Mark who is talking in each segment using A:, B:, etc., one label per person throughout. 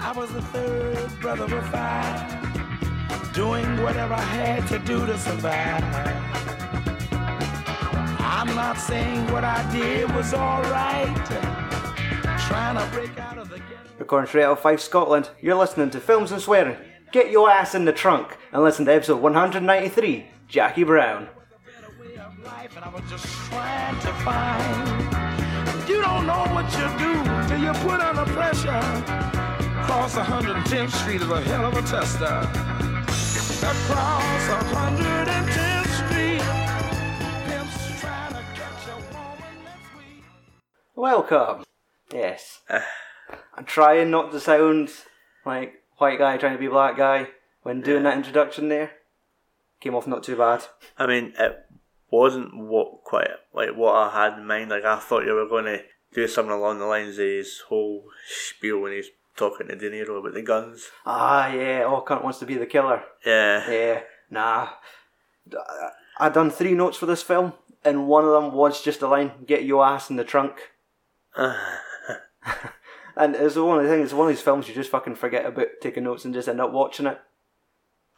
A: I was the third brother of five, doing whatever I had to do to survive. I'm not saying what I did was alright, trying to break out of the ghetto.
B: Recording straight out of 5 Scotland, you're listening to Films and Swearing. Get your ass in the trunk and listen to episode 193 Jackie Brown.
A: way of life, and I was just trying to find. You don't know what you do till you put under pressure. Cross 110th Street is a hell of a tester. Across 110th Street, pimps trying to catch a woman that's weak.
B: Welcome. Yes. I'm trying not to sound like white guy trying to be black guy when doing that introduction there. Came off not too bad.
C: I mean, it wasn't what quite like what I had in mind. Like I thought you were going to do something along the lines of his whole spiel when he's talking to De Niro about the guns.
B: Ah, yeah, oh, cunt wants to be the killer.
C: Yeah,
B: Yeah, Eh, nah. D- I- I done three notes for this film, and one of them was just the line, get your ass in the trunk. and it's the only thing, it's one of these films you just fucking forget about taking notes and just end up watching it.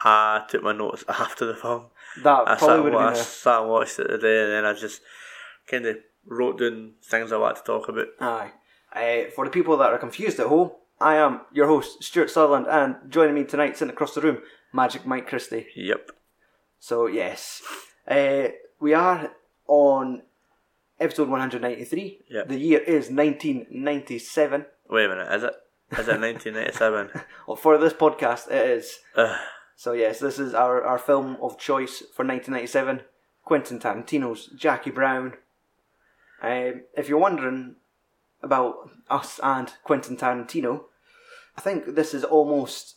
C: I took my notes after the film.
B: That
C: I
B: probably
C: sat,
B: would
C: and wa- I
B: have been
C: sat and watched it today, and then I just kind of wrote down things I wanted to talk about.
B: a... Aye. Uh, for the people that are confused at home, I am your host, Stuart Sutherland, and joining me tonight, sitting across the room, Magic Mike Christie.
C: Yep.
B: So yes, uh, we are on episode 193.
C: Yep.
B: The year is 1997.
C: Wait a minute. Is it? Is it 1997?
B: Well, for this podcast, it is.
C: Ugh.
B: So yes, this is our, our film of choice for 1997, Quentin Tarantino's Jackie Brown. Um, if you're wondering about us and Quentin Tarantino, I think this is almost.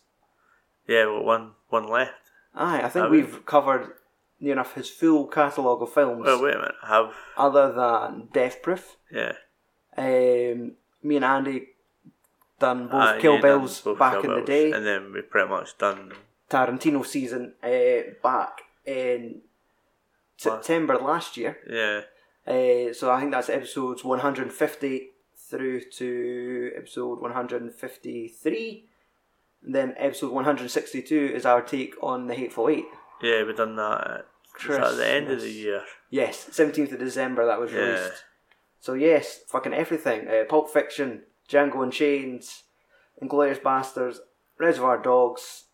C: yeah, well, one one left.
B: Aye, I think
C: Are we-
B: we've covered near enough his full catalogue of films,
C: Well, wait a minute. I have
B: other than Death Proof.
C: yeah.
B: Um, me and Andy done both
C: Ah,
B: Kill
C: you done
B: Bills
C: both
B: back
C: Kill
B: in the
C: Bills,
B: day.
C: and then we pretty much done.
B: Tarantino season uh, back in September last year.
C: Yeah.
B: Uh, so I think that's episodes 150 through to episode 153. And then episode 162 is our take on The Hateful Eight.
C: Yeah, we done that at, was that at the end of the
B: Christmas.
C: year.
B: Yes, 17th of December that was
C: Yeah.
B: released. So yes, fucking everything. Uh, Pulp Fiction, Django Unchained, Inglorious Bastards, Reservoir Dogs,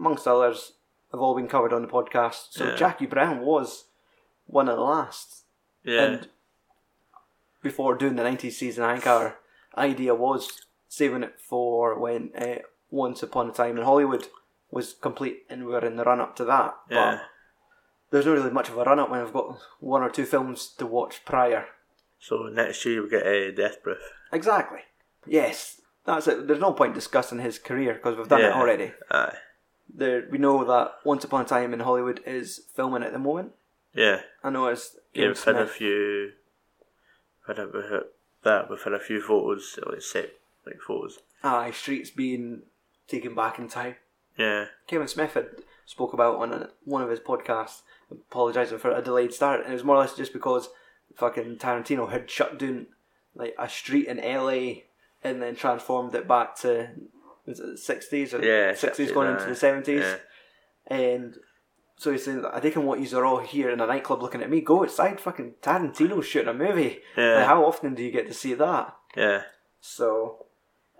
B: amongst others, have all been covered on the podcast. So
C: Yeah.
B: Jackie Brown was one of the last.
C: Yeah.
B: And before doing the 90s season, I think our idea was saving it for when uh, Once Upon a Time in Hollywood was complete and we were in the run up to that.
C: yeah.
B: But there's not really much of a run up when I've got one or two films to watch prior.
C: So next year we get a uh, Death Proof.
B: Exactly. Yes, that's it. There's no point discussing his career because we've done it
C: Yeah.
B: already.
C: Aye.
B: There, we know that Once Upon a Time in Hollywood is filming at the moment.
C: Yeah.
B: I know it's Kevin
C: Yeah, we've had a
B: Smith.
C: few. Had a, we had that we've had a few photos, like set like photos.
B: Aye, streets being taken back in time.
C: Yeah.
B: Kevin Smith had spoke about on a, one of his podcasts, apologising for a delayed start, and it was more or less just because fucking Tarantino had shut down like a street in LA and then transformed it back to was it sixties or
C: Yeah.
B: sixties going into the seventies,
C: Yeah.
B: and so he's saying, "I taking what yous are all here in a nightclub looking at me. Go outside, fucking Tarantino's shooting a movie.
C: Yeah.
B: Like, how often do you get to see that?"
C: yeah.
B: So,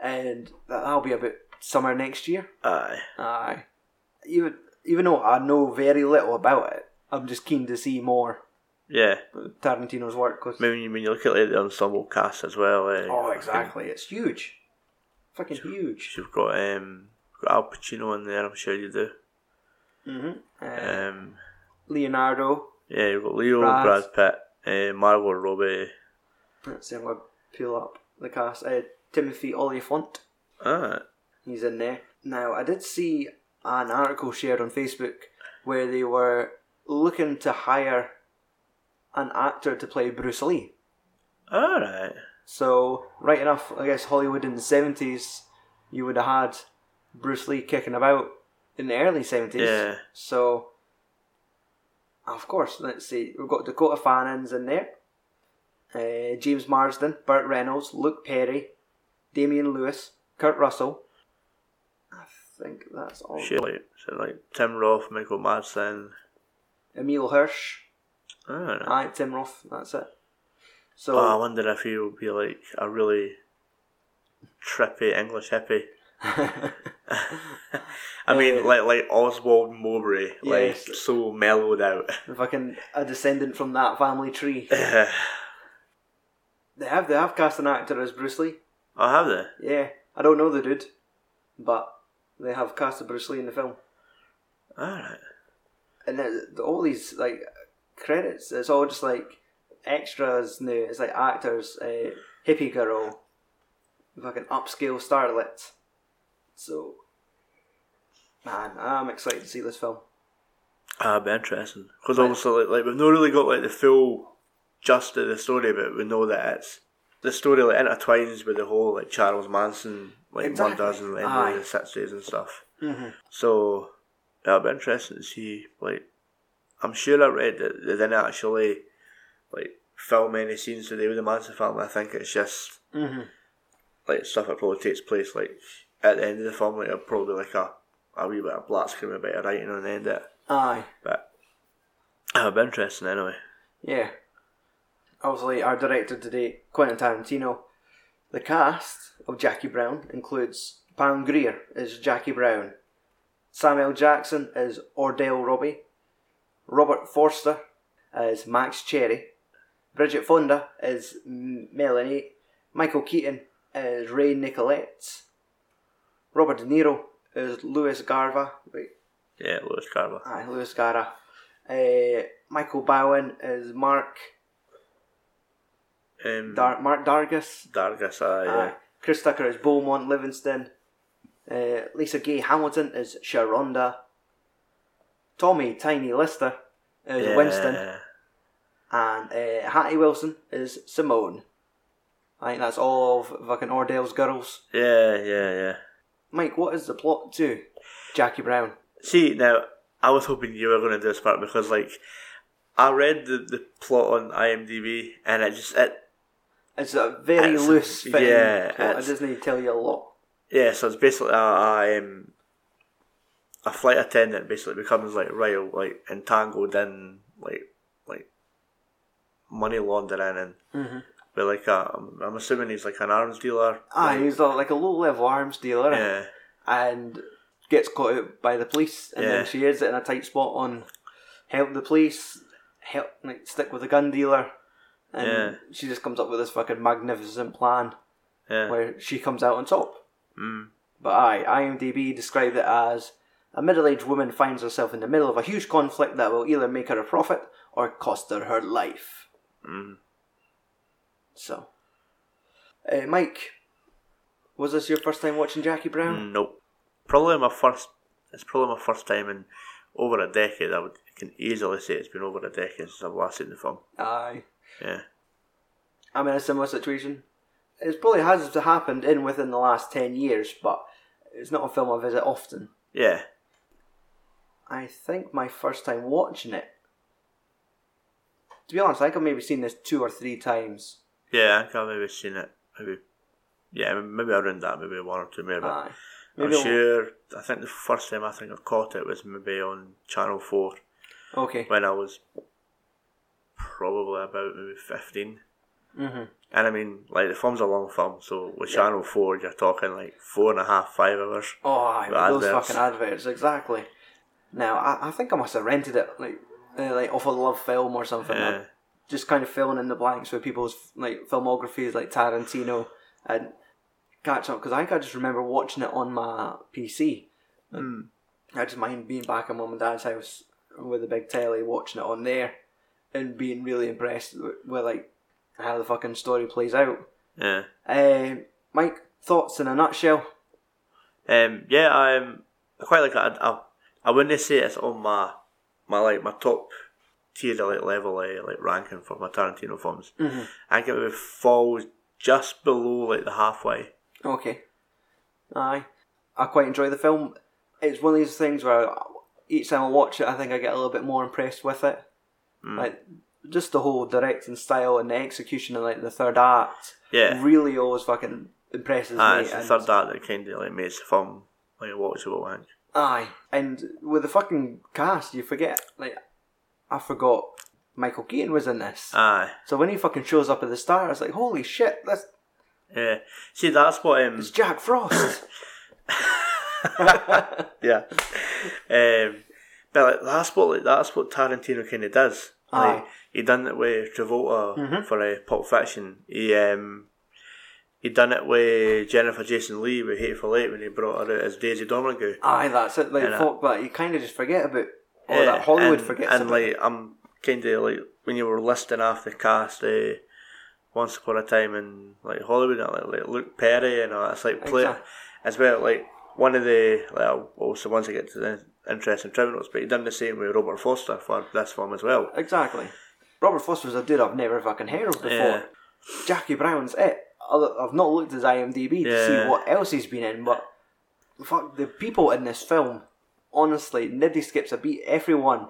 B: and that- that'll be about summer next year.
C: Aye.
B: Aye. Even even though I know very little about it, I'm just keen to see more
C: Yeah.
B: Tarantino's work. 'cause-
C: I mean, when you- when you look at like, the ensemble cast as well. Uh,
B: oh, exactly. It's huge. Fucking huge.
C: You've got um, got Al Pacino in there. I'm sure you do.
B: hmm Uh,
C: Um,
B: Leonardo.
C: yeah, you've got Leo,
B: Brad.
C: Brad, Pitt, uh, Margot Robbie.
B: Let's see, I'm going to peel up the cast. Uh, Timothy Olyphant.
C: Ah,
B: He's in there. Now, I did see an article shared on Facebook where they were looking to hire an actor to play Bruce Lee.
C: all right.
B: So, right enough, I guess Hollywood in the 70s, you would have had Bruce Lee kicking about in the early 70s.
C: Yeah.
B: So, of course, let's see. We've got Dakota Fanning's in there, uh, James Marsden, Burt Reynolds, Luke Perry, Damian Lewis, Kurt Russell, think that's all.
C: Shit, like, so like Tim Roth, Michael Madsen.
B: Emil Hirsch.
C: I don't know.
B: Aye, Tim Roth. That's it. So
C: Oh, I wonder if he'll be like a really trippy English hippie. I mean, like like Oswald Mowbray, like
B: Yes.
C: so mellowed out.
B: if I can, a descendant from that family tree.
C: I
B: They have they have cast an actor as Bruce Lee.
C: have they?
B: Yeah, I don't know the dude, but they have cast a Bruce Lee in the film,
C: All right.
B: and it- all these like credits. It's all just like extras now. It's like actors, uh, hippie girl, fucking upscale starlet. So, man, I'm excited to see this film.
C: Ah, it'd be interesting. Because also, like, like, we've not really got like the full just of the story, but we know that it's the story like intertwines with the whole like Charles Manson like
B: Exactly.
C: murders and like,
B: Aye.
C: in the sixties and stuff. So yeah, it'd be interesting to see. Like, I'm sure I read that they didn't actually like film any scenes today with the Manson family. I think it's just like stuff that probably takes place like at the end of the film, like probably like a a wee bit of black screen, a bit of writing on the end of it.
B: Aye.
C: But it'll be interesting anyway.
B: Yeah. Obviously, our director today, Quentin Tarantino. The cast of Jackie Brown includes Pam Grier as Jackie Brown, Samuel Jackson as Ordell Robbie, Robert Forster as Max Cherry, Bridget Fonda as M- Melanie, Michael Keaton as Ray Nicolette, Robert De Niro as Louis Garva. Wait,
C: Yeah, Lewis Carver.
B: Aye, Lewis Gara. Uh, Michael Bowen is Mark
C: Um,
B: Dar- Mark Dargis.
C: Dargus, aye,
B: Aye.
C: Oh, yeah.
B: Chris Tucker is Beaumont Livingston. Uh, Lisa Gay Hamilton is Sharonda. Tommy Tiny Lister is
C: yeah.
B: Winston. And uh, Hattie Wilson is Simone. I think that's all of fucking Ordell's girls.
C: Yeah, yeah, yeah.
B: Mike, what is the plot to Jackie Brown?
C: See, now, I was hoping you were going to do this part because, like, I read the, the plot on IMDb and it just, it,
B: It's a very
C: It's-
B: loose fitting
C: yeah,
B: plot. It
C: it's-
B: doesn't tell you a lot.
C: yeah, so it's basically a, a, um, a flight attendant basically becomes, like, real, like, entangled in, like, like money laundering and, but, like, a, I'm assuming he's, like, an arms dealer.
B: Ah, he's a, like a low level arms dealer
C: Yeah.
B: and gets caught out by the police, and
C: Yeah.
B: then she is in a tight spot on help the police, help like stick with the gun dealer, and
C: Yeah.
B: she just comes up with this fucking magnificent plan
C: Yeah. Mm,
B: where she comes out on top. But aye, IMDb described it as a middle aged woman finds herself in the middle of a huge conflict that will either make her a profit or cost her her life.
C: Mm.
B: So, uh, Mike, was this your first time watching Jackie Brown?
C: Nope. Probably my first. It's probably my first time in over a decade. I would can easily say it's been over a decade since I've last seen the film.
B: Aye.
C: Yeah.
B: I'm in a similar situation. It probably has happened in within the last 10 years, but it's not a film I visit often.
C: Yeah.
B: I think my first time watching it. To be honest, I think I've maybe seen this two or three times.
C: Yeah. I think I've maybe seen it. Maybe. Yeah. Maybe around that. Maybe one or two. Maybe.
B: Aye.
C: I'm
B: Uh, Maybe I'll-
C: sure. I think the first time I think I caught it was maybe on Channel Four
B: Okay.
C: when I was probably about maybe fifteen.
B: Mhm.
C: And I mean, like the film's a long film, so with Channel Four, you're talking like four and a half, five hours.
B: Oh, aye,
C: The
B: with those
C: adverts.
B: fucking adverts, exactly. Now, I, I think I must have rented it like uh, like off a love film or something.
C: Yeah.
B: like, just kind of filling in the blanks with people's like filmographies, like Tarantino and catch up. Because I think I just remember watching it on my PC. I just mind being back at mum and dad's house with a big telly, watching it on there, and being really impressed with, with like how the fucking story plays out.
C: Yeah.
B: Um, Mike, thoughts in a nutshell.
C: Um, yeah, I'm I quite like that. I, I, I wouldn't say it's on my my like my top tier like level like, like ranking for my Tarantino films. I think it would fall just below like the halfway.
B: Okay. Aye. I quite enjoy the film. It's one of these things where each time I watch it, I think I get a little bit more impressed with it.
C: Hmm.
B: Like, just the whole directing style and the execution and, like, the third act
C: Yeah,
B: really always fucking impresses
C: Ah,
B: me.
C: it's the
B: and-
C: third act that kind of like makes the film like a watchable wank.
B: Aye, and with the fucking cast, you forget. Like, I forgot Michael Keaton was in this.
C: Aye.
B: so when he fucking shows up at the start, it's like, holy shit, that's
C: Yeah. See, that's what. Um,
B: it's Jack Frost.
C: yeah. Um, but like, that's what like, that's what Tarantino kind of does.
B: Aye.
C: Like, he done it with Travolta for uh, Pulp Fiction. He um, he done it with Jennifer Jason Lee with Hateful Eight when he brought her out as Daisy Domergue.
B: Aye, that's it. Like,
C: And, uh,
B: fuck that. You kind of just forget about all
C: Yeah,
B: that. Hollywood
C: Eh, and,
B: forgets
C: And
B: about
C: like I'm kind of like when you were listing off the cast, uh, once upon a time in like Hollywood, and, like, like Luke Perry and all that. It's like play
B: Exactly.
C: as well. Like one of the like I'll- also once I get to the interesting criminals, but he done the same with Robert Foster for this film as well.
B: Exactly. Robert Foster's a dude I've never fucking heard of before.
C: Yeah.
B: Jackie Brown's it. Although I've not looked at his IMDb to
C: Yeah.
B: see what else he's been in, but fuck the people in this film. Honestly, nobody skips a beat. Everyone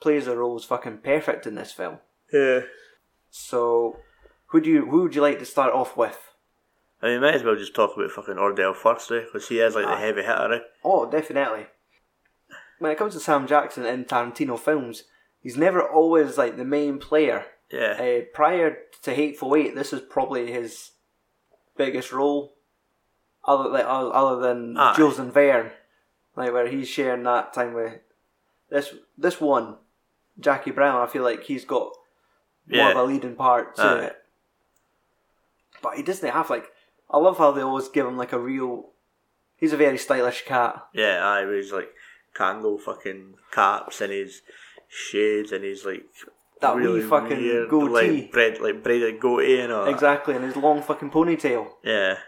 B: plays their roles fucking perfect in this film.
C: Yeah,
B: So, who do you who would you like to start off with?
C: I mean, might as well just talk about fucking Ordell first, because he is like the heavy hitter. Eh?
B: Oh, definitely. When it comes to Sam Jackson in Tarantino films, he's never always like the main player.
C: Yeah,
B: Uh, prior to Hateful Eight, this is probably his biggest role, other like, other other than
C: Aye.
B: Jules and Verne, like where he's sharing that time with this this one, Jackie Brown. I feel like he's got more
C: yeah,
B: of a leading part to
C: Aye.
B: it, but he doesn't have like. I love how they always give him like a real. He's a very stylish cat.
C: yeah. I was like Kango fucking caps and his shades and his like
B: That wee fucking
C: weird,
B: goatee.
C: like bread, like braided goatee and all. that.
B: Exactly, and his long fucking ponytail.
C: Yeah,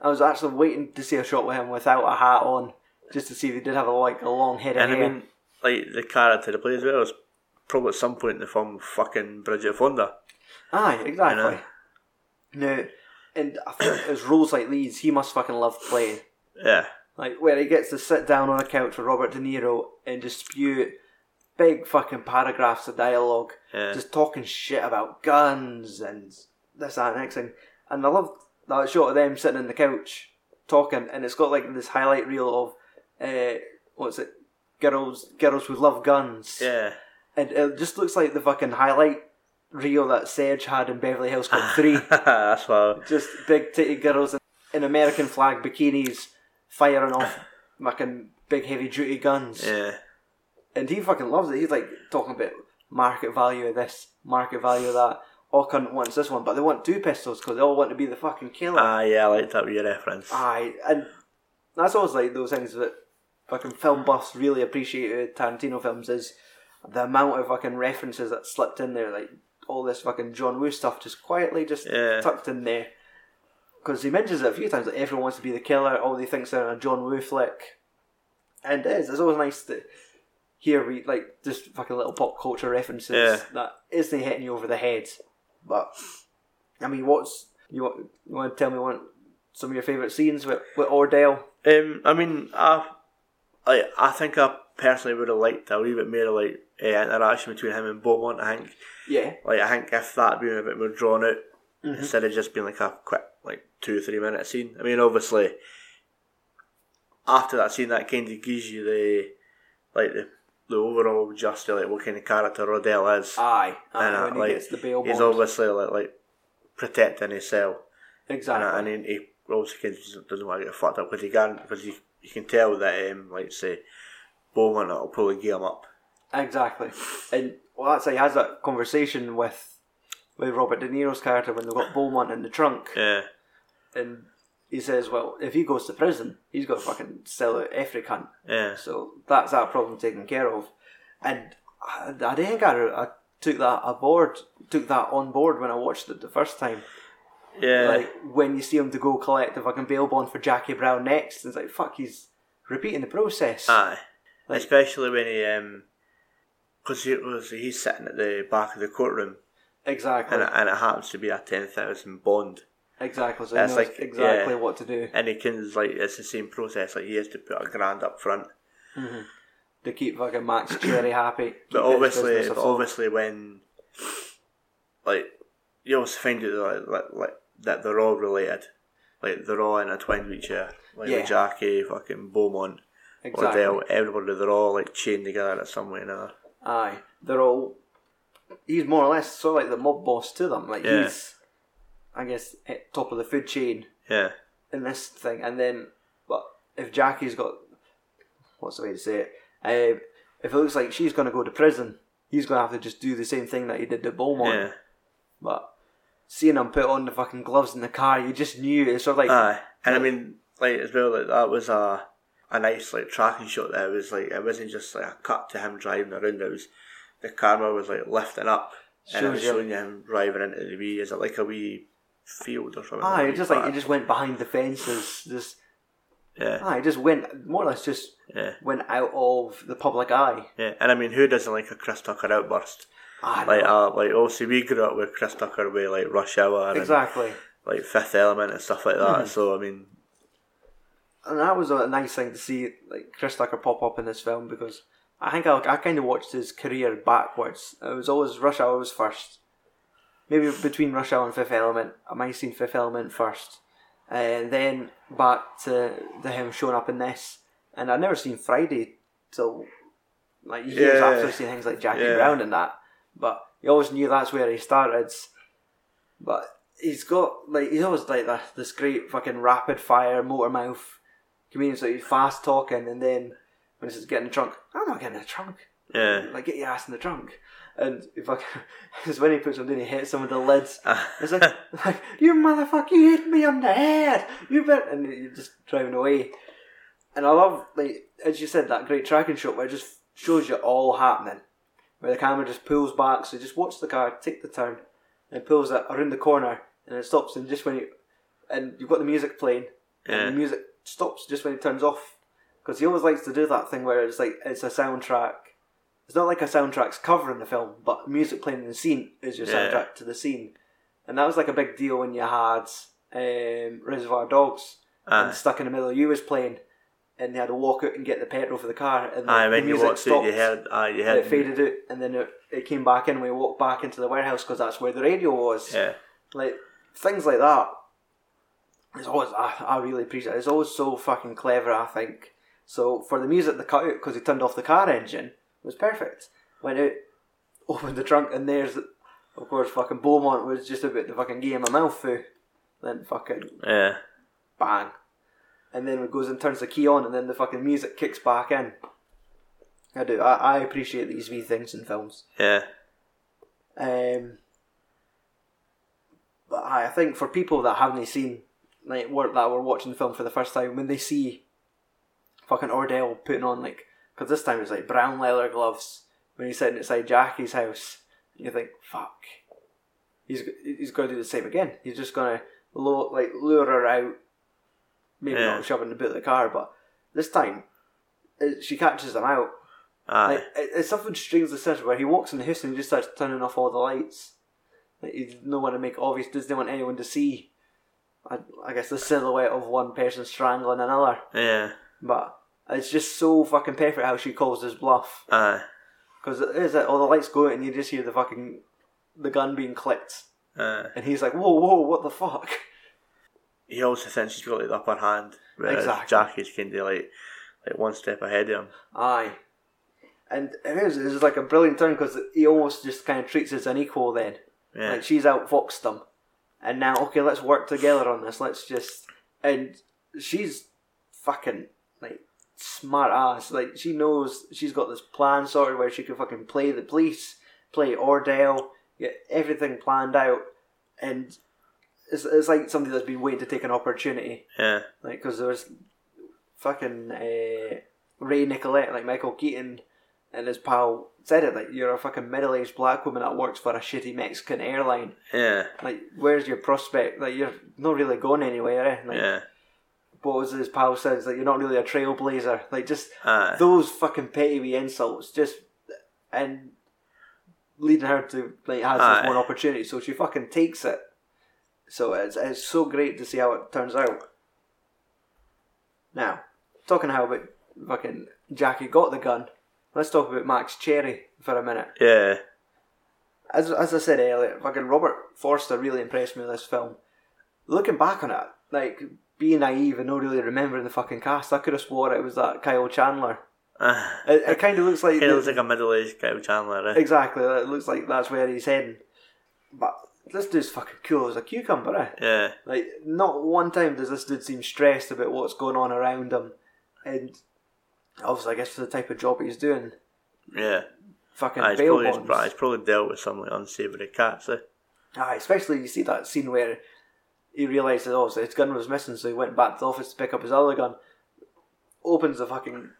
B: I was actually waiting to see a shot with him without a hat on, just to see if he did have a, like a long head of
C: and I
B: hair.
C: mean, like the character to play as well is probably at some point in the film fucking Bridget Fonda.
B: Aye, exactly.
C: know.
B: No, and I think it's roles like these he must fucking love playing.
C: Yeah,
B: Like where he gets to sit down on a couch with Robert De Niro and dispute big fucking paragraphs of dialogue,
C: Yeah.
B: just talking shit about guns and this that and next thing. And I love that shot of them sitting on the couch talking, and it's got like this highlight reel of uh, what's it? Girls, girls who love guns.
C: yeah,
B: And it just looks like the fucking highlight reel that Serge had in Beverly Hills Cop 3.
C: that's why.
B: just big titty girls in, in American flag bikinis firing off fucking big heavy duty guns.
C: Yeah,
B: And he fucking loves it. He's like talking about market value of this, market value of that. All cunt wants this one, but they want two pistols because they all want to be the fucking killer.
C: ah, yeah, I like that with your reference.
B: Aye, and that's always like those things that fucking film buffs really appreciate with Tarantino films is the amount of fucking references that slipped in there, like all this fucking John Woo stuff just quietly just
C: Yeah.
B: tucked in there. Because he mentions it a few times that everyone wants to be the killer, all they thinks they're in a John Woo flick. And it is, it's always nice to hear we like just fucking little pop culture references
C: Yeah.
B: that isn't hitting you over the head. But I mean, what's you want? You want to tell me one some of your favourite scenes with, with Ordell?
C: Um, I mean, I, I, I think I personally would have liked a wee bit more like uh, interaction between him and Beaumont. I think,
B: Yeah,
C: like, I think if that had been a bit more drawn out instead of just being like a quick, like two or three minute scene. I mean, obviously, after that scene, that kind of gives you the, like the, the overall just like what kind of character Rodell is.
B: aye. aye
C: And, uh,
B: when he gets the bail
C: he's
B: bond.
C: obviously like, like protecting himself
B: exactly.
C: and, and he, he obviously can, doesn't- doesn't want to get fucked up because he can because you, you can tell that um like say Bowman will probably gear him up.
B: Exactly. And well, that's how he has that conversation with with Robert De Niro's character when they've got Beaumont in the trunk,
C: Yeah,
B: and he says, "Well, if he goes to prison, he's got to fucking sell out every cunt."
C: yeah,
B: So that's that problem taken care of. And I, I think I, I took that aboard, took that on board when I watched it the first time.
C: yeah,
B: Like when you see him to go collect the fucking bail bond for Jackie Brown next, it's like fuck, he's repeating the process.
C: aye.
B: like-
C: Especially when he um because he was he's sitting at the back of the courtroom
B: exactly,
C: and it, and it happens to be a ten thousand bond
B: exactly. So he
C: That's
B: knows
C: like-
B: exactly
C: yeah.
B: what to do
C: and he can like it's the same process like he has to put a grand up front.
B: to keep fucking Max Cherry happy. keep
C: But
B: his
C: obviously,
B: business
C: but
B: afloat.
C: obviously, when like you always find it like, like, like that they're all related. like they're all in a twin wheelchair, like
B: Yeah.
C: with Jackie, fucking Beaumont,
B: Exactly.
C: Odell, everybody. They're all like chained together in some way or another.
B: Aye, they're all. He's more or less sort of like the mob boss to them. Like
C: Yeah.
B: he's, I guess, at top of the food chain
C: Yeah,
B: in this thing. And then, but if Jackie's got, what's the way to say it? Uh, if it looks like she's going to go to prison, he's going to have to just do the same thing that he did to Beaumont.
C: yeah,
B: But seeing him put on the fucking gloves in the car, you just knew it's sort of like
C: aye. And I mean, like as well, like that was a a nice like tracking shot. There it was like it wasn't just like a cut to him driving around. It was the camera was like lifting up and it was
B: Shows you-
C: showing him driving into the wee. Is it like a wee field or something?
B: aye,
C: a
B: it
C: wee
B: just like it
C: park?
B: just went behind the fences, just
C: yeah,
B: aye, Ah, it just went more or less just
C: yeah.
B: went out of the public eye. Ah,
C: Yeah, and I mean, who doesn't like a Chris Tucker outburst?
B: Aye,
C: Like, uh, like obviously we grew up with Chris Tucker with like Rush Hour and
B: exactly.
C: like Fifth Element and stuff like
B: Mm-hmm.
C: that. So I mean,
B: and that was a nice thing to see like Chris Tucker pop up in this film because I think I, I kind of watched his career backwards. It was always Rush Hour was first, maybe between Rush Hour and Fifth Element. I might have seen Fifth Element first, and then back to, to him showing up in this. And I'd never seen Friday till like years
C: Yeah.
B: after seeing things like Jackie
C: Yeah.
B: Brown and that. But you always knew that's where he started. But he's got like he's always like this, this great fucking rapid fire motor mouth comedian, so he's fast talking, and then when he says get in the trunk, I'm not getting in the trunk.
C: yeah,
B: Like get your ass in the trunk. And if I, it's when he puts something, he hits some of the lids. It's like, like you motherfucker, you hit me on the head. You bet, and you're just driving away. And I love, like as you said, that great tracking shot where it just shows you all happening, where the camera just pulls back. So just watch the car take the turn, and pulls it around the corner, and it stops. And just when you, and you've got the music playing,
C: Yeah.
B: and the music stops just when it turns off, because he always likes to do that thing where it's like it's a soundtrack. It's not like a soundtrack's covering the film, but music playing in the scene is your
C: Yeah.
B: soundtrack to the scene, and that was like a big deal when you had um, Reservoir Dogs
C: aye.
B: and stuck in the middle. You was playing, and they had to walk out and get the petrol for the car, and the,
C: aye.
B: the
C: When you
B: music
C: watched it,
B: stopped.
C: you heard, aye, you
B: and
C: heard,
B: it faded out, and then it, it came back in. We walked back into the warehouse because that's where the radio was.
C: yeah,
B: Like things like that. It's always I, I really appreciate. it. It's always so fucking clever. I think so. For the music, the cut out because he turned off the car engine was perfect. Went out, opened the trunk, and there's of course fucking Beaumont was just about to fucking give him a mouthful. eh? Then fucking
C: yeah,
B: bang. And then it goes and turns the key on, and then the fucking music kicks back in. I do. I, I appreciate these wee things in films.
C: yeah,
B: Um, but I, I think for people that haven't seen, like, were, that were watching the film for the first time, when they see fucking Ordell putting on, like, because this time it's like brown leather gloves when he's sitting outside Jackie's house, you think, fuck, he's g- he's going to do the same again. He's just going to lo- like lure her out, maybe
C: Yeah.
B: not shoving the boot of the car, but this time it, she catches him out.
C: aye.
B: Like, it- it's something strange the sense where he walks in the house and he just starts turning off all the lights. Like, he doesn't want to make obvious, doesn't want anyone to see. I, I guess the silhouette of one person strangling another.
C: yeah,
B: But it's just so fucking perfect how she calls his bluff.
C: aye,
B: Because it is, like, all the lights go out and you just hear the fucking, the gun being clicked.
C: aye.
B: And he's like, whoa, whoa, what the fuck?
C: He also thinks he's got like the upper hand, whereas
B: Exactly.
C: Jackie's kind of like like one step ahead of him.
B: Aye. And it is, it's like a brilliant turn because he almost just kind of treats us as an equal then.
C: Yeah,
B: Like she's outfoxed them, and now okay, let's work together on this. Let's just and she's fucking like smart ass. Like she knows she's got this plan sorted where she can fucking play the police, play Ordell, get everything planned out, and it's, it's like somebody that's been waiting to take an opportunity.
C: yeah,
B: Like because there was fucking uh, Ray Nicolette, like Michael Keaton, and his pal said it like you're a fucking middle aged black woman that works for a shitty Mexican airline
C: yeah,
B: like where's your prospect? Like you're not really going anywhere. Eh? Like
C: yeah,
B: what was his pal says? Like you're not really a trailblazer. Like just
C: aye.
B: those fucking petty wee insults, just and leading her to like has
C: Aye.
B: this one opportunity, so she fucking takes it. So it's it's so great to see how it turns out. Now, talking how about fucking Jackie got the gun. Let's talk about Max Cherry for a minute
C: yeah,
B: as, as I said earlier, fucking Robert Forster really impressed me with this film. Looking back on it, like being naive and not really remembering the fucking cast, I could have swore it was that Kyle Chandler. It, it kind of looks like
C: He looks like a middle aged Kyle Chandler, eh?
B: exactly. It looks like that's where he's heading. But this dude's fucking cool as a cucumber. Eh?
C: Yeah.
B: Like, not one time does this dude seem stressed about what's going on around him. And obviously, I guess for the type of job he's doing,
C: Yeah.
B: fucking
C: Aye, Ah, he's,
B: bail
C: probably,
B: bonds.
C: he's, right, he's probably dealt with some like unsavoury cats, eh?
B: Aye, Ah, especially you see that scene where he realises obviously his gun was missing, so he went back to the office to pick up his other gun. Opens the fucking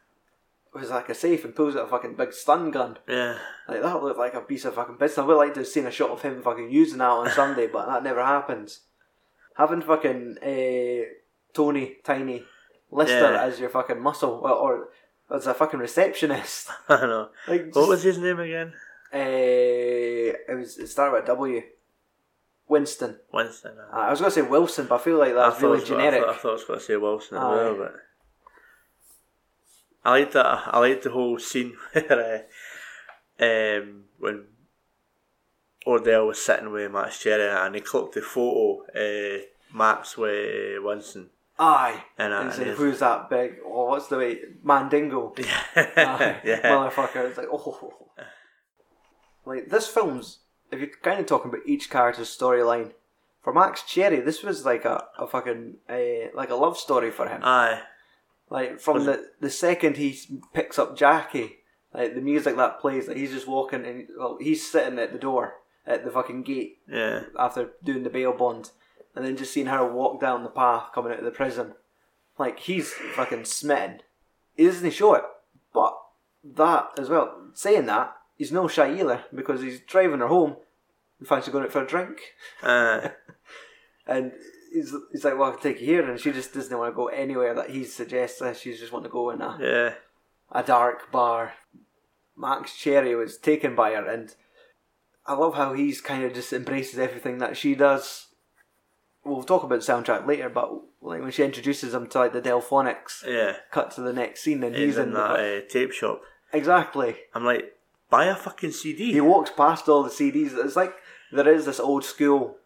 B: it was like a safe and pulls out a fucking big stun gun.
C: Yeah.
B: Like that looked like a piece of fucking business. I would like to have seen a shot of him fucking using that on Sunday, but that never happens. Having fucking uh, Tony Tiny Lister
C: Yeah.
B: as your fucking muscle or, or as a fucking receptionist.
C: I know.
B: Like
C: What
B: just-
C: was his name again?
B: uh, it was it started with a W. Winston.
C: Winston. eh?
B: Uh, I was going to say Wilson, but I feel like that's
C: I thought
B: really
C: it was gonna- I
B: generic.
C: thought- I thought I was going to say Wilson as
B: Aye.
C: well, but I liked that. I liked the whole scene where uh, um, when Ordell was sitting with Max Cherry and he clocked the photo uh, maps with Winston.
B: Aye.
C: And, uh,
B: And he
C: and
B: said,
C: his-
B: who's that big? Oh, what's the way? Mandingo. Aye,
C: yeah,
B: Motherfucker. It's like, oh. Like, this film's, if you're kind of talking about each character's storyline, for Max Cherry, this was like a, a fucking, uh, like a love story for him.
C: aye,
B: Like, from
C: Uh, Was
B: the, the second he s- picks up Jackie, like, the music that plays, like, he's just walking and, well, he's sitting at the door, at the fucking gate,
C: yeah,
B: after doing the bail bond, and then just seeing her walk down the path coming out of the prison. Like he's fucking smitten. He doesn't show it, but that as well. Saying that, he's no shy either because he's driving her home. He fancy going out for a drink,
C: aye.
B: and he's, he's like, "Well, I can take you here," and she just doesn't want to go anywhere that he suggests. uh, She's just want to go in a
C: yeah,
B: a dark bar. Max Cherry was taken by her, and I love how he's kind of just embraces everything that she does. We'll talk about the soundtrack later, but like when she introduces him to like the Delphonics,
C: yeah.
B: cut to the next scene, and
C: He's,
B: he's,
C: in, that
B: the,
C: uh, tape shop.
B: exactly.
C: I'm like, buy a fucking CD.
B: He walks past all the CDs. It's like there is this old school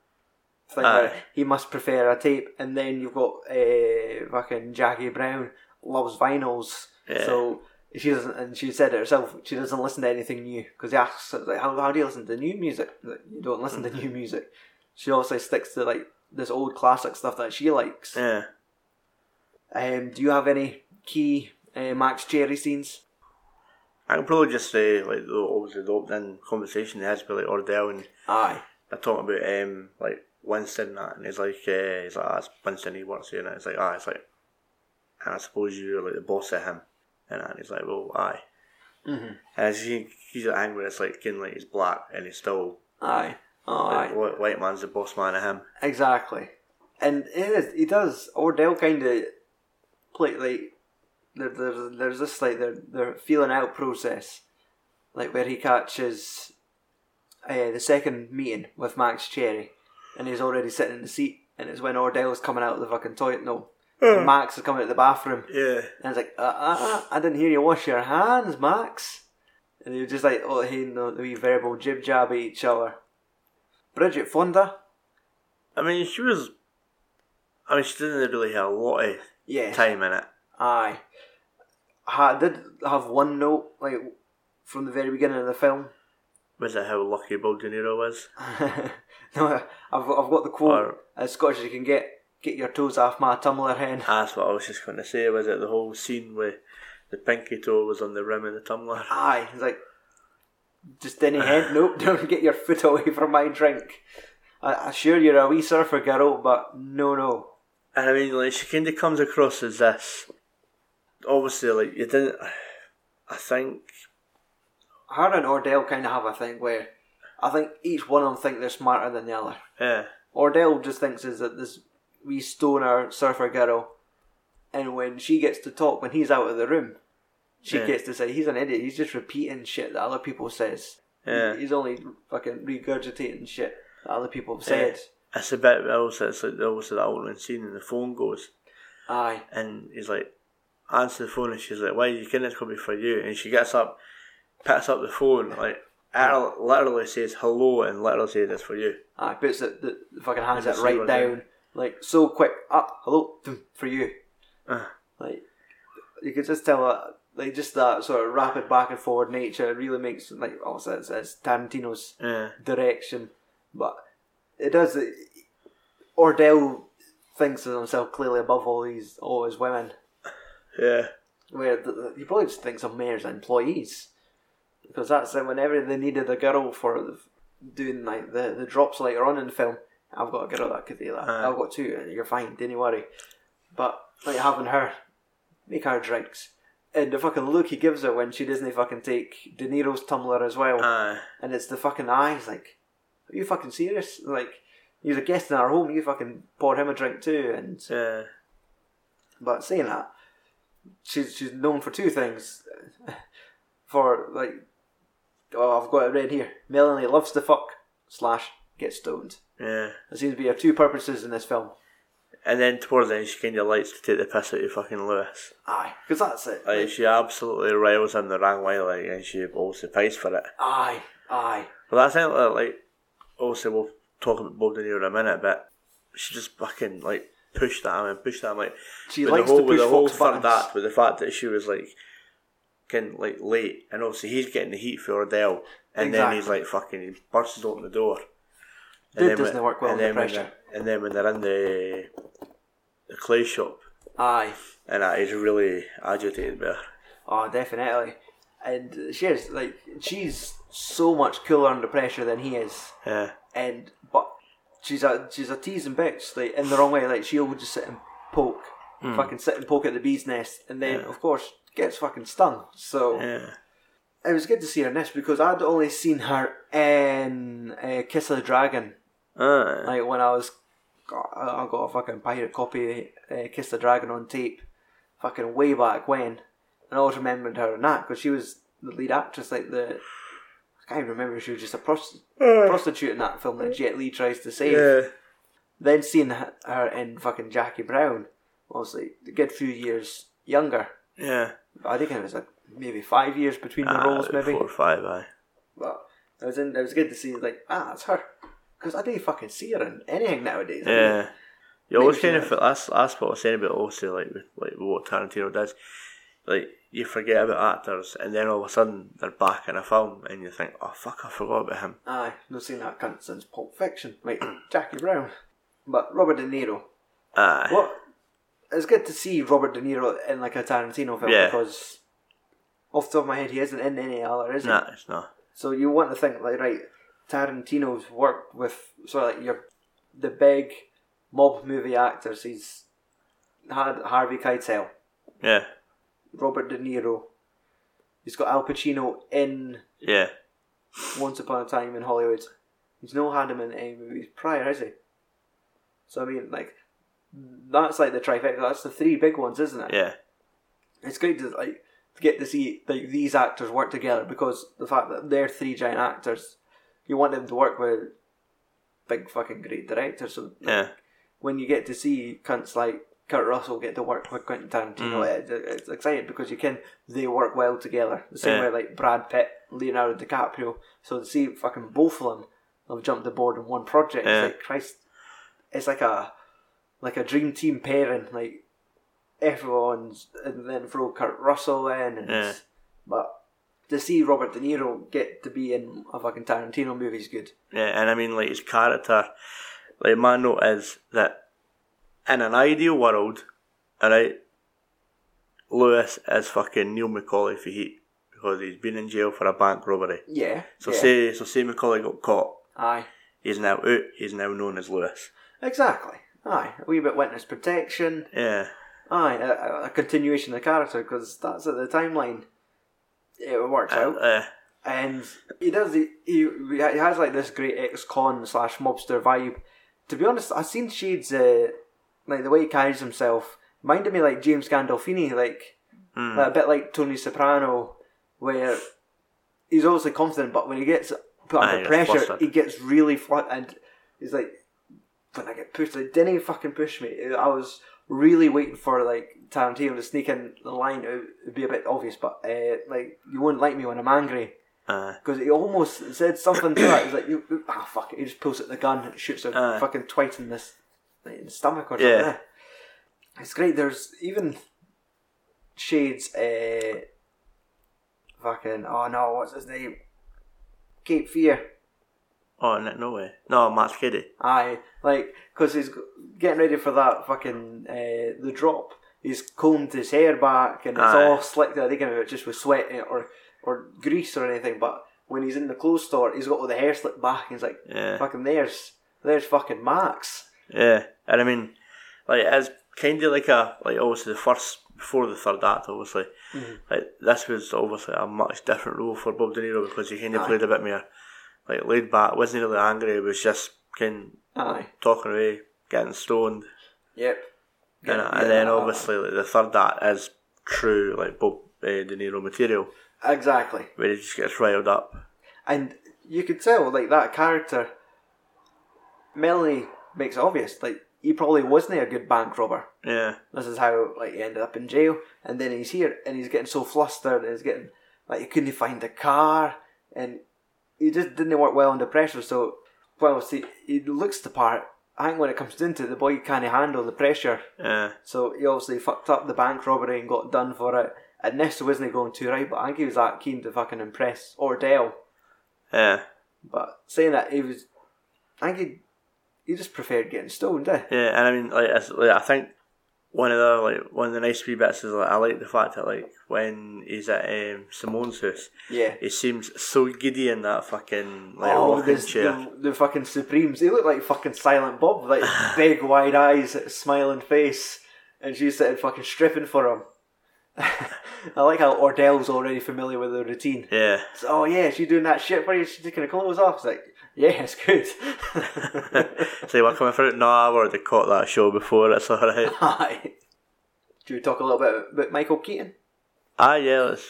B: thing
C: Aye.
B: where he must prefer a tape, and then you've got uh, fucking Jackie Brown loves vinyls,
C: Yeah.
B: so she doesn't. And she said it herself. She doesn't listen to anything new because he asks her, like, how, "How do you listen to new music?" Like, you don't listen
C: Mm-hmm.
B: to new music. She obviously sticks to like this old classic stuff that she likes.
C: yeah.
B: Um, do you have any key uh, Max Cherry scenes?
C: I can probably just say like the obviously the opening conversation they had with like Ordell and
B: Aye.
C: they're talking about um like Winston and that and he's like uh, he's like ah, it's Winston he works here and it's like ah it's like and I suppose you're like the boss of him and, that, and he's like well aye
B: Mhm.
C: and he, he's like angry it's like kin like he's black and he's still
B: Aye. Aye.
C: like, white, white man's the boss man of him
B: Exactly, and it is. He does. Ordell kind of play like there, there's there's this like their their feeling out process, like where he catches uh, the second meeting with Max Cherry, and he's already sitting in the seat, and it's when Ordell's coming out of the fucking toilet. No,
C: Hmm.
B: and Max is coming out of the bathroom,
C: yeah
B: and it's like, uh, uh, uh, I didn't hear you wash your hands, Max. And they were just like, oh, hey, no, the wee verbal jib jab at each other. Bridget Fonda,
C: I mean she was I mean she didn't really have a lot of
B: yeah,
C: time in it
B: Aye. I did have one note, like, from the very beginning of the film.
C: was it how lucky Bill De Niro was
B: no, I've, I've got the quote,
C: Or-
B: as Scottish as you can get, get your toes off my tumbler hen.
C: That's what I was just going to say. Was it the whole scene where the pinky toe was on the rim of the tumbler?
B: Aye, it's like, just any head, nope, don't get your foot away from my drink. I, I sure you're a wee surfer girl, but no, no.
C: And I mean, like she kind of comes across as this. Obviously, like you didn't. I think.
B: Her and Ordell kind of have a thing where I think each one of them think they're smarter than the other.
C: Yeah.
B: Ordell just thinks is that this wee stoner surfer girl, and when she gets to talk, when he's out of the room, she
C: Yeah.
B: gets to say he's an idiot. He's just repeating shit that other people says.
C: Yeah.
B: He's only fucking regurgitating shit that other people have said.
C: It's a bit also. It's like also that opening scene, and the phone goes,
B: Aye,
C: and he's like, answer the phone, and she's like, "Why you kidding? It's gonna be for you." And she gets up, picks up the phone, like. Al- Literally says hello and literally says it's for you.
B: aye. Puts the, the, the fucking hands
C: Just
B: out right
C: zero
B: down.
C: down.
B: like so quick up hello boom, for you
C: Uh.
B: like you could just tell that like just that sort of rapid back and forward nature really makes like obviously it's, it's Tarantino's
C: Yeah.
B: direction but it does it, Ordell thinks of himself clearly above all these all his women
C: Yeah.
B: where th th- he probably just thinks of mayor's employees because that's it. Whenever they needed a girl for the, doing like the, the drops later on in the film, I've got a girl that could do that.
C: Aye.
B: I've got two. You're fine. Don't you worry. But like having her make her drinks. And the fucking look he gives her when she doesn't fucking take De Niro's tumbler as well,
C: Aye.
B: and it's the fucking eyes like, are you fucking serious? Like, he's a guest in our home. You fucking pour him a drink too, and
C: Yeah.
B: but saying that, she's she's known for two things. For like, oh, I've got it right here. Melanie loves to fuck slash get stoned.
C: Yeah.
B: There seems to be her two purposes in this film.
C: And then towards the end, she kind of likes to take the piss out of fucking Lewis.
B: Aye, because that's it.
C: Like, she absolutely riles him the wrong way, like, and she obviously pays for it.
B: aye, aye.
C: Well, that's it, like, like, obviously, we'll talk about Bob De Niro in a minute, but she just fucking, like, pushed at him and pushed at him, like,
B: She
C: with
B: likes
C: the whole,
B: to push
C: with the whole
B: Fox
C: third
B: buttons.
C: act, with the fact that she was, like, kind of, like, late, and obviously he's getting the heat for Adele, and then he's,
B: Exactly.
C: like, fucking, he bursts open the door.
B: Dude doesn't work well
C: and
B: under
C: then when
B: pressure.
C: they're- And then when they're in the, the clay shop,
B: Aye,
C: and that is really agitated by her.
B: oh, definitely. And she is like she's so much cooler under pressure than he is.
C: Yeah.
B: and but she's a she's a teasing bitch like in the wrong way like she'll just sit and poke fucking sit and poke at the bee's nest and then of course gets fucking stung so
C: Yeah.
B: it was good to see her in this because I'd only seen her in uh, Kiss of the Dragon
C: Aye.
B: like when I was got, I I got a fucking pirate copy uh, Kiss the Dragon on tape fucking way back when and I always remembered her in that because she was the lead actress like the I can't even remember if she was just a prost- prostitute in that film that Jet Li tries to save
C: yeah.
B: then seeing h- her in fucking Jackie Brown, obviously a good few years younger.
C: Yeah.
B: I think it was like maybe five years between the
C: Ah,
B: roles, maybe.
C: Four or five, aye.
B: But it was in, it was good to see like ah, it's her because I didn't fucking see her in anything nowadays. I mean,
C: Yeah. You always
B: Maybe she
C: kind of
B: has.
C: feel, that's, that's what I was saying about obviously like, with- like what Tarantino does. Like, you forget about actors, and then all of a sudden they're back in a film, and you think, oh fuck, I forgot about him.
B: Aye, not seen that cunt since Pulp Fiction. Like Jackie Brown, but Robert De Niro.
C: Aye.
B: What? It's good to see Robert De Niro in like a Tarantino film
C: Yeah.
B: because off the top of my head he isn't in any other, is he?
C: Nah, it's not.
B: So you want to think like right, Tarantino's worked with sort of like your the big mob movie actors. He's had Harvey Keitel,
C: Yeah.
B: Robert De Niro. He's got Al Pacino in
C: Yeah.
B: Once Upon a Time in Hollywood. He's no had him in any movies prior, has he? So I mean, like that's like the trifecta. That's the three big ones, isn't it?
C: Yeah.
B: it's great to like to get to see like these actors work together because the fact that they're three giant actors, you want them to work with big fucking great directors. So like,
C: Yeah.
B: when you get to see cunts like Kurt Russell get to work with Quentin Tarantino, it,
C: Mm.
B: it's exciting because you can they work well together. The same
C: Yeah.
B: way like Brad Pitt, Leonardo DiCaprio. So to see fucking both of them have jumped aboard in one project,
C: Yeah.
B: it's like Christ, it's like a like a dream team pairing. Like everyone's and then throw Kurt Russell in, and
C: Yeah.
B: but to see Robert De Niro get to be in a fucking Tarantino movie is good.
C: Yeah, and I mean, like his character, like my note is that in an ideal world, alright, Lewis is fucking Neil Macaulay for heat because he's been in jail for a bank robbery.
B: Yeah.
C: So
B: yeah.
C: say, so say Macaulay got caught.
B: aye.
C: He's now out. He's now known as Lewis.
B: Exactly. Aye, a wee bit witness protection.
C: Yeah,
B: Aye, a, a- a continuation of the character because that's at the timeline. It works out,
C: uh,
B: and he does. He, he he has like this great ex-con slash mobster vibe. To be honest, I've seen shades uh, like the way he carries himself reminded me like James Gandolfini, like
C: mm,
B: a bit like Tony Soprano, where he's obviously confident, but when he gets put
C: Aye,
B: under
C: he's
B: pressure,
C: flustered.
B: he gets really flat, and he's like, when I get pushed, like, didn't he fucking push me? I was really waiting for like Tarantino to sneak in the line. It would be a bit obvious, but uh, like you wouldn't like me when I'm angry
C: uh,
B: because he almost said something to that. He's like, you, ah, fuck it. He just pulls out the gun and shoots her
C: Aye.
B: fucking twice in this like in the stomach or something.
C: Yeah.
B: eh? It's great. There's even shades. Uh, fucking oh no, what's his name? Cape Fear.
C: Oh, no, no way. No, Matt Kiddy.
B: Aye, like because he's g- getting ready for that fucking uh, the drop. He's combed his hair back and it's
C: Aye.
B: all slicked. I think of it just with sweat in it or or grease or anything. But when he's in the clothes store, he's got all the hair slicked back. and He's like,
C: Yeah.
B: fucking there's there's fucking Max.
C: Yeah, Eh, and I mean, like it's kind of like a like obviously the first before the third act, obviously.
B: Mm-hmm.
C: Like this was obviously a much different role for Bob De Niro because he kind of
B: Aye.
C: played a bit more like laid back, wasn't really angry. He was just kind
B: Aye,
C: talking away, getting stoned,
B: yep.
C: and,
B: Yeah,
C: and then
B: yeah,
C: obviously like, the third act is true like Bob uh, De Niro material
B: exactly.
C: where he just gets riled up.
B: and you could tell like that character Melanie makes it obvious like he probably wasn't a good bank robber
C: Yeah,
B: this is how like he ended up in jail and then he's here and he's getting so flustered and he's getting like he couldn't find the car and he just didn't work well under pressure so well see he looks the part I think when it comes into it the boy can't handle the pressure
C: yeah,
B: so he obviously fucked up the bank robbery and got done for it and this wasn't going too right but I think he was that keen to fucking impress Ordell
C: yeah,
B: but saying that, he was, I think he, he just preferred getting stoned, eh?
C: yeah. And I mean, like, it's, like I think one of the like one of the nice wee bits is like I like the fact that like when he's at um, Simone's house,
B: Yeah.
C: he seems so giddy in that fucking like
B: oh,
C: rocking
B: this,
C: chair.
B: the, the fucking Supremes. He looked like fucking Silent Bob, like big wide eyes, smiling face, and she's sitting fucking stripping for him. I like how Ordell's already familiar with the routine.
C: Yeah,
B: So, oh yeah, she's doing that shit for you, she's taking her clothes off. It's like, yeah, it's good.
C: so we're coming through. No, I've already caught that show before. It's all right.
B: Hi. Do you talk a little bit about Michael Keaton?
C: ah, yeah, let's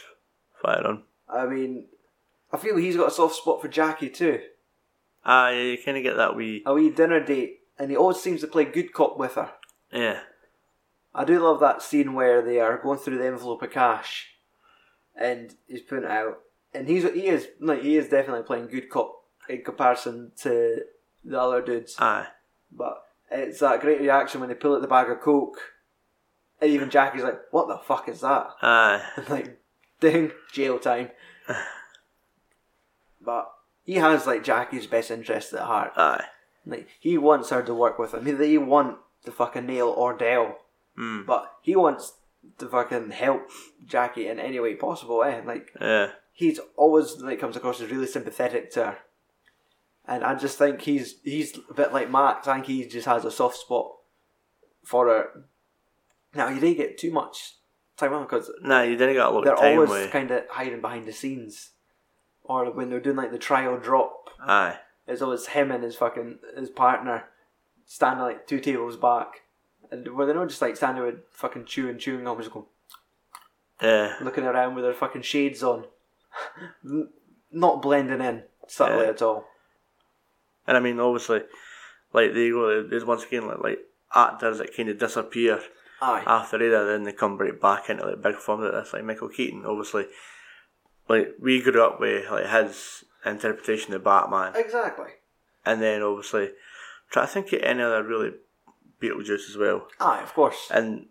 C: fire on.
B: I mean, I feel he's got a soft spot for Jackie too.
C: Ah, yeah, you kind of get that wee.
B: a wee dinner date, and he always seems to play good cop with her.
C: Yeah,
B: I do love that scene where they are going through the envelope of cash, and he's putting it out, and he's he is like he is definitely playing good cop in comparison to the other dudes.
C: aye,
B: But it's that great reaction when they pull out the bag of coke, and even Jackie's like, "What the fuck is that?"
C: aye,
B: like ding jail time. but he has like Jackie's best interest at heart.
C: aye.
B: Like he wants her to work with him. He, they want to fucking nail Ordell,
C: Mm.
B: but he wants to fucking help Jackie in any way possible. Eh, like
C: Yeah,
B: he's always like comes across as really sympathetic to her, and I just think he's he's a bit like Max. I think he just has a soft spot for her. Now he didn't get too much time on because
C: nah, you didn't got a lot
B: they're
C: of time
B: always
C: with.
B: kind of hiding behind the scenes, or when they're doing like the trial drop
C: Aye,
B: it's always him and his fucking his partner standing like two tables back. And were they not just like standing with fucking chewing chewing gum, just going
C: yeah,
B: looking around with their fucking shades on, N- not blending in subtly
C: Yeah.
B: at all.
C: and I mean obviously, like they go. There's once again like like actors that kind of disappear.
B: Aye,
C: after either, then they come right back into like big form like this, like Michael Keaton, obviously. Like we grew up with like his interpretation of Batman,
B: exactly.
C: and then obviously try to think of any other really Beetlejuice as well.
B: Aye, of course.
C: And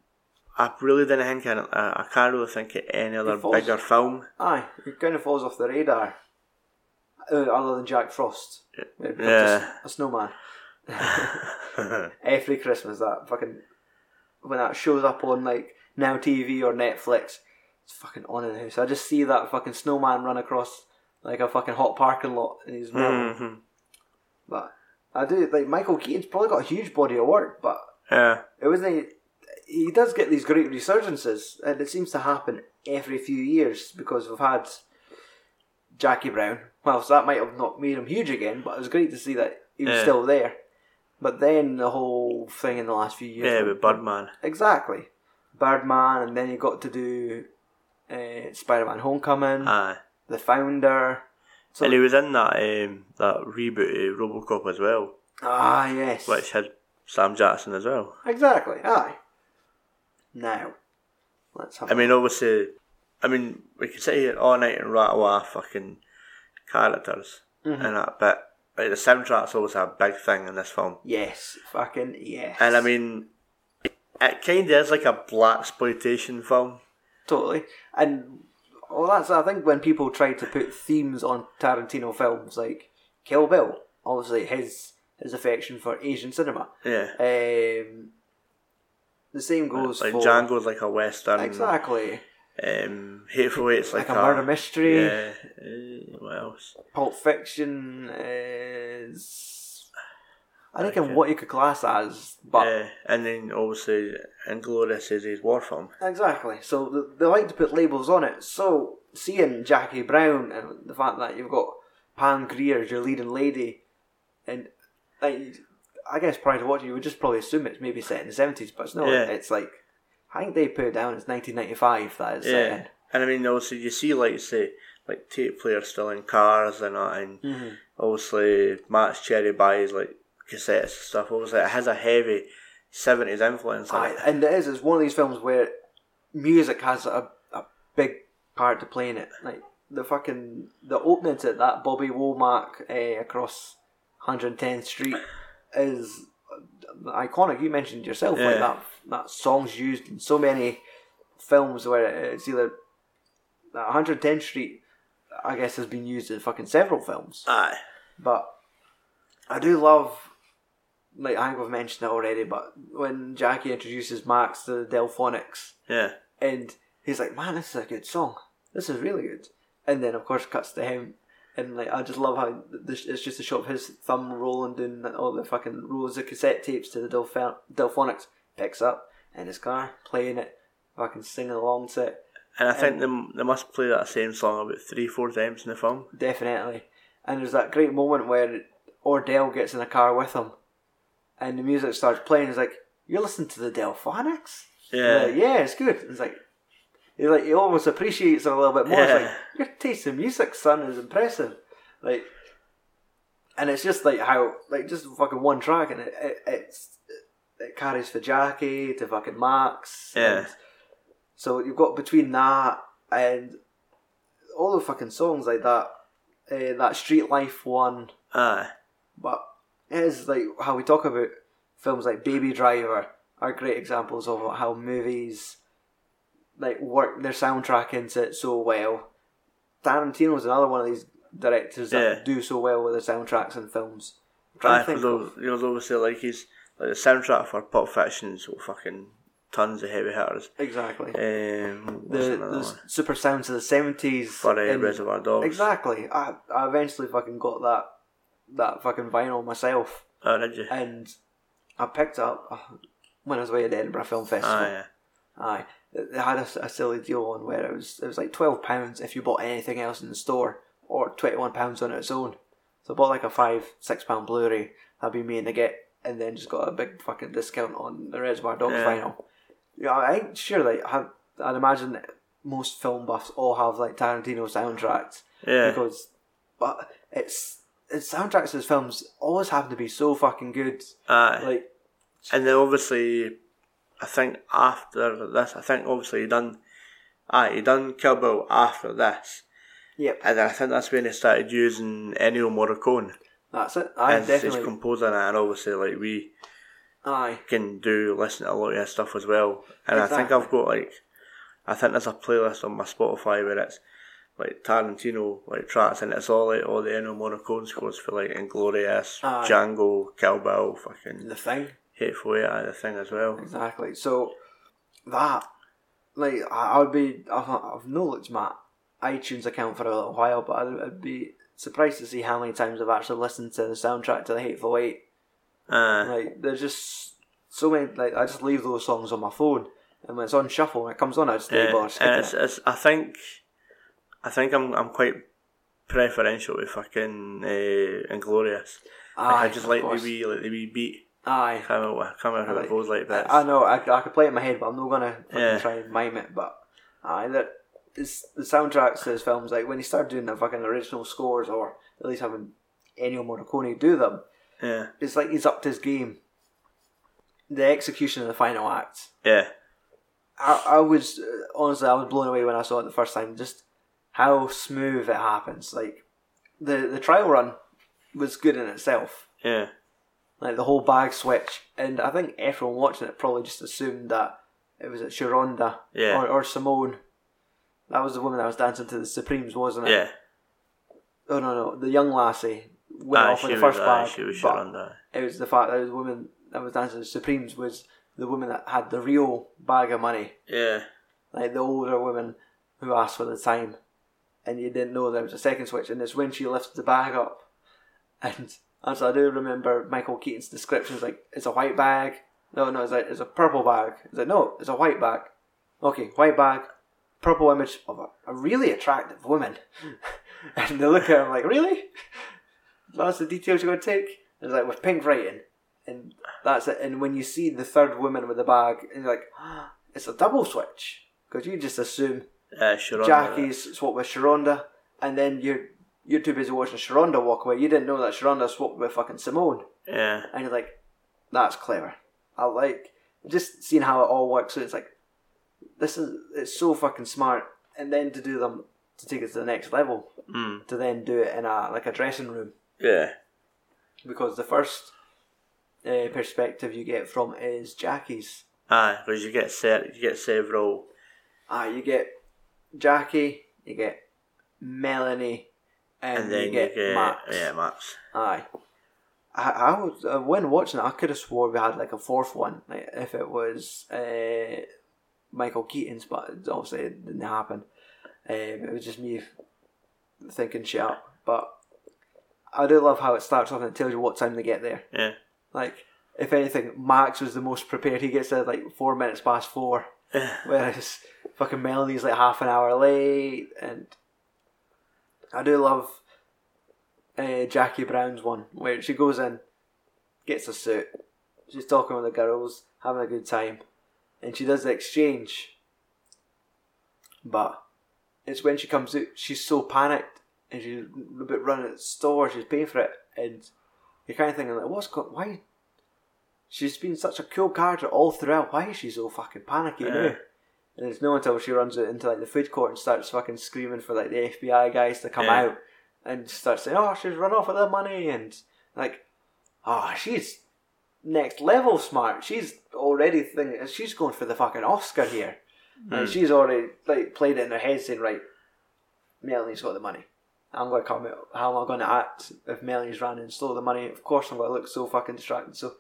C: I really didn't think I, I I can't really think of any other
B: falls-
C: bigger film.
B: Aye, it kind of falls off the radar. Uh, other than Jack Frost, It becomes
C: Yeah.
B: a, a snowman. Every Christmas, that fucking when that shows up on like Now TV or Netflix, it's fucking on in the house. I just see that fucking snowman run across like a fucking hot parking lot and he's melting.
C: Mhm.
B: But I do like Michael Keaton's probably got a huge body of work, but
C: Yeah,
B: it wasn't. He, he does get these great resurgences, and it seems to happen every few years because we've had Jackie Brown. Well, so that might have not made him huge again, but it was great to see that he was
C: Yeah.
B: still there. But then the whole thing in the last few years,
C: yeah, with Birdman.
B: exactly, Birdman, and then he got to do uh, Spider-Man: Homecoming,
C: Aye,
B: The Founder. So
C: and he was in that um, that reboot of RoboCop as well,
B: ah yes,
C: which had Sam Jackson as well.
B: exactly, aye. Now, let's have.
C: I mean, obviously, I mean,
B: Mm-hmm.
C: we could sit here all night and rattle off fucking characters and that, but like the soundtrack's always a big thing in this film.
B: Yes, fucking yes.
C: And I mean, it kind of is like a black exploitation film.
B: totally. And well, that's I think when people try to put themes on Tarantino films, like Kill Bill, obviously his his affection for Asian cinema.
C: Yeah.
B: Um, the same goes
C: Like
B: for
C: Django's like a western.
B: Exactly,
C: Um, Hateful Eight's like,
B: like a murder mystery.
C: Yeah. Uh, what else?
B: Pulp Fiction is. I think
C: Okay.
B: in what you could class as, but
C: yeah. And then obviously Inglorious is his war film.
B: Exactly. So th- they like to put labels on it. So seeing Jackie Brown and the fact that you've got Pam Grier as your leading lady, and I, I guess prior to watching, you would just probably assume it's maybe set in the seventies, but it's not.
C: Yeah.
B: It's like I think they put it down. It's nineteen ninety five. That is
C: Yeah.
B: set in.
C: And I mean, obviously, you see, like, say, like tape players still in cars and that, and obviously, Matt's Cherry buys like cassettes and stuff. Obviously, it has a heavy 70s influence on
B: Aye,
C: it.
B: and it is. It's one of these films where music has a, a big part to play in it. Like the fucking the opening to that Bobby Womack eh, across 110th Street is iconic. You mentioned yourself like
C: Yeah.
B: that that song's used in so many films where it's either uh, 110th Street. I guess has been used in fucking several films.
C: Aye.
B: But I do love, like I think we've mentioned it already, but when Jackie introduces Max to the Delphonics,
C: Yeah.
B: and he's like, "Man, this is a good song. This is really good." And then, of course, cuts to him, and like I just love how this, it's just a shot of his thumb rolling down all the fucking rolls of cassette tapes to the Delphi- Delphonics. Picks up in his car, playing it, fucking singing along to it.
C: And I think they, they must play that same song about three, four times in the film.
B: Definitely. And there's that great moment where Ordell gets in the car with him and the music starts playing. He's like, You're listening to the Delphonics?
C: Yeah.
B: Like, yeah, it's good. It's like, he's like, he almost appreciates it a little bit more. It's like,
C: Yeah.
B: Your taste in music, son, is impressive. Like, and it's just like how, like, just fucking one track and it, it, it's, it carries for Jackie to fucking Max.
C: Yeah.
B: and- so you've got between that and all the fucking songs like that, uh, that Street Life one,
C: Aye.
B: but it is like how we talk about films like Baby Driver are great examples of how movies like work their soundtrack into it so well. Tarantino's another one of these directors that
C: Yeah.
B: do so well with their soundtracks and films. I'm trying
C: Aye,
B: to
C: for
B: think
C: those, you know, obviously, like, he's, like, the soundtrack for Pop Fiction's got fucking tons of heavy hitters.
B: of- exactly.
C: Um, what's
B: the
C: another
B: the
C: one?
B: super sounds of the seventies
C: For uh, Reservoir Dogs.
B: Exactly. I, I eventually fucking got that that fucking vinyl myself,
C: Oh, did you? Aye,
B: and I picked up uh, when I was away at the Edinburgh Film Festival.
C: yeah.
B: Aye. They had a, s- a silly deal on where it was it was like twelve pounds if you bought anything else in the store, or twenty one pounds on its own. So I bought like a five six pound Blu-ray. That'd be me and the get, and then just got a big fucking discount on the Reservoir Dogs
C: Yeah.
B: vinyl. Yeah, I ain't sure. Like I, I'd imagine that most film buffs all have like Tarantino soundtracks
C: Yeah.
B: because, but it's. It's soundtracks to his films always happen to be so fucking good.
C: Aye.
B: Like,
C: And then obviously, I think after this, I think obviously he done, aye, he done Kill Bill after this,
B: yep,
C: and then I think that's when he started using Ennio Morricone
B: that's it. I
C: as his
B: Ah, definitely,
C: composer, and obviously like we
B: aye.
C: can do listen to a lot of his stuff as well. And I think
B: Exactly.
C: I've got like, I think there's a playlist on my Spotify where it's like Tarantino like tracks, and it's all like all the Ennio Morricone scores for like Inglorious,
B: Aye.
C: Django, Kill Bill, fucking
B: The thing,
C: Hateful Eight, aye, the thing as well.
B: Exactly. So that, like, I, I would be. I've, I've not looked at my iTunes account for a little while, but I'd, I'd be surprised to see how many times I've actually listened to the soundtrack to The Hateful Eight.
C: Aye.
B: Like, there's just so many. Like, I just leave those songs on my phone, and when it's on shuffle, when it comes on, I just leave
C: Yeah,
B: it on
C: and
B: skip
C: it's,
B: it.
C: it's, I think, I think I'm I'm quite preferential with fucking uh, Inglorious. Like,
B: Aye,
C: I just
B: of
C: like the
B: course.
C: wee like the wee beat.
B: Aye.
C: Come out, with- come out how
B: Like,
C: it goes like that.
B: I know I, I could play it in my head, but I'm not gonna fucking
C: Yeah.
B: try and mime it. But aye, that it's the soundtracks to his films. Like when he started doing the fucking original scores, or at least having Ennio Morricone do them,
C: Yeah,
B: it's like he's upped his game. The execution of the final act.
C: yeah,
B: I, I was uh, honestly, I was blown away when I saw it the first time. Just how smooth it happens. Like the the trial run was good in itself.
C: Yeah.
B: Like the whole bag switch, and I think everyone watching it probably just assumed that it was at Sharonda
C: Yeah.
B: or, or Simone. That was the woman that was dancing to the Supremes, wasn't it?
C: Yeah.
B: Oh no, no, the young lassie went
C: Aye,
B: off in
C: Ah, she
B: the first
C: was, aye,
B: bag.
C: she was
B: but
C: Sharonda.
B: It was the fact that the woman that was dancing to the Supremes was the woman that had the real bag of money,
C: Yeah.
B: like the older woman who asked for the time, and you didn't know there was a second switch, and it's when she lifts the bag up, and as I do remember Michael Keaton's descriptions, like it's a white bag. No, no, it's like it's a purple bag. It's like no, it's a white bag. Okay, white bag, purple image of a, a really attractive woman, and they look at him like really. That's the details you're going to take. And it's like with pink writing, and that's it. And when you see the third woman with the bag, and you're like, "Ah, it's a double switch because you just assume
C: Yeah, Sharonda.
B: Jackie's swapped with Sharonda, and then you're you're too busy watching Sharonda walk away. You didn't know that Sharonda swapped with fucking Simone,
C: Yeah.
B: and you're like, that's clever. I like just seeing how it all works. So it's like this is it's so fucking smart, and then to do them to take it to the next level,
C: Mm.
B: to then do it in a like a dressing room
C: Yeah.
B: because the first uh, perspective you get from is Jackie's.
C: Aye, because you get ser- you get several.
B: Ah, you get Jackie, you get Melanie, and,
C: And, then
B: you get, Max.
C: Yeah, Max.
B: Aye. I, I was, uh, when watching it, I could have swore we had like a fourth one, like if it was uh, Michael Keaton's, but obviously it didn't happen. Um, it was just me thinking shit up. But I do love how it starts off and it tells you what time they get there.
C: Yeah.
B: Like, if anything, Max was the most prepared. He gets there like four minutes past four, whereas fucking Melanie's like half an hour late. And I do love uh, Jackie Brown's one where she goes in, gets a suit, she's talking with the girls, having a good time, and she does the exchange. But it's when she comes out, she's so panicked and she's about running at the store, she's paying for it, and you're kind of thinking like, what's going? Why? She's been such a cool character all throughout. Why is she so fucking panicky now?
C: Yeah.
B: And it's no until she runs out into like the food court and starts fucking screaming for like the FBI guys to come
C: Yeah.
B: out and starts saying, "Oh, she's run off with the money," and like, "Oh, she's next level smart. She's already thinking she's going for the fucking Oscar here. Like, she's already like played it in her head, saying, "Right, Melanie's got the money. I'm going to come out. How am I going to act if Melanie's running and stole the money? Of course, I'm going to look so fucking distracted." So.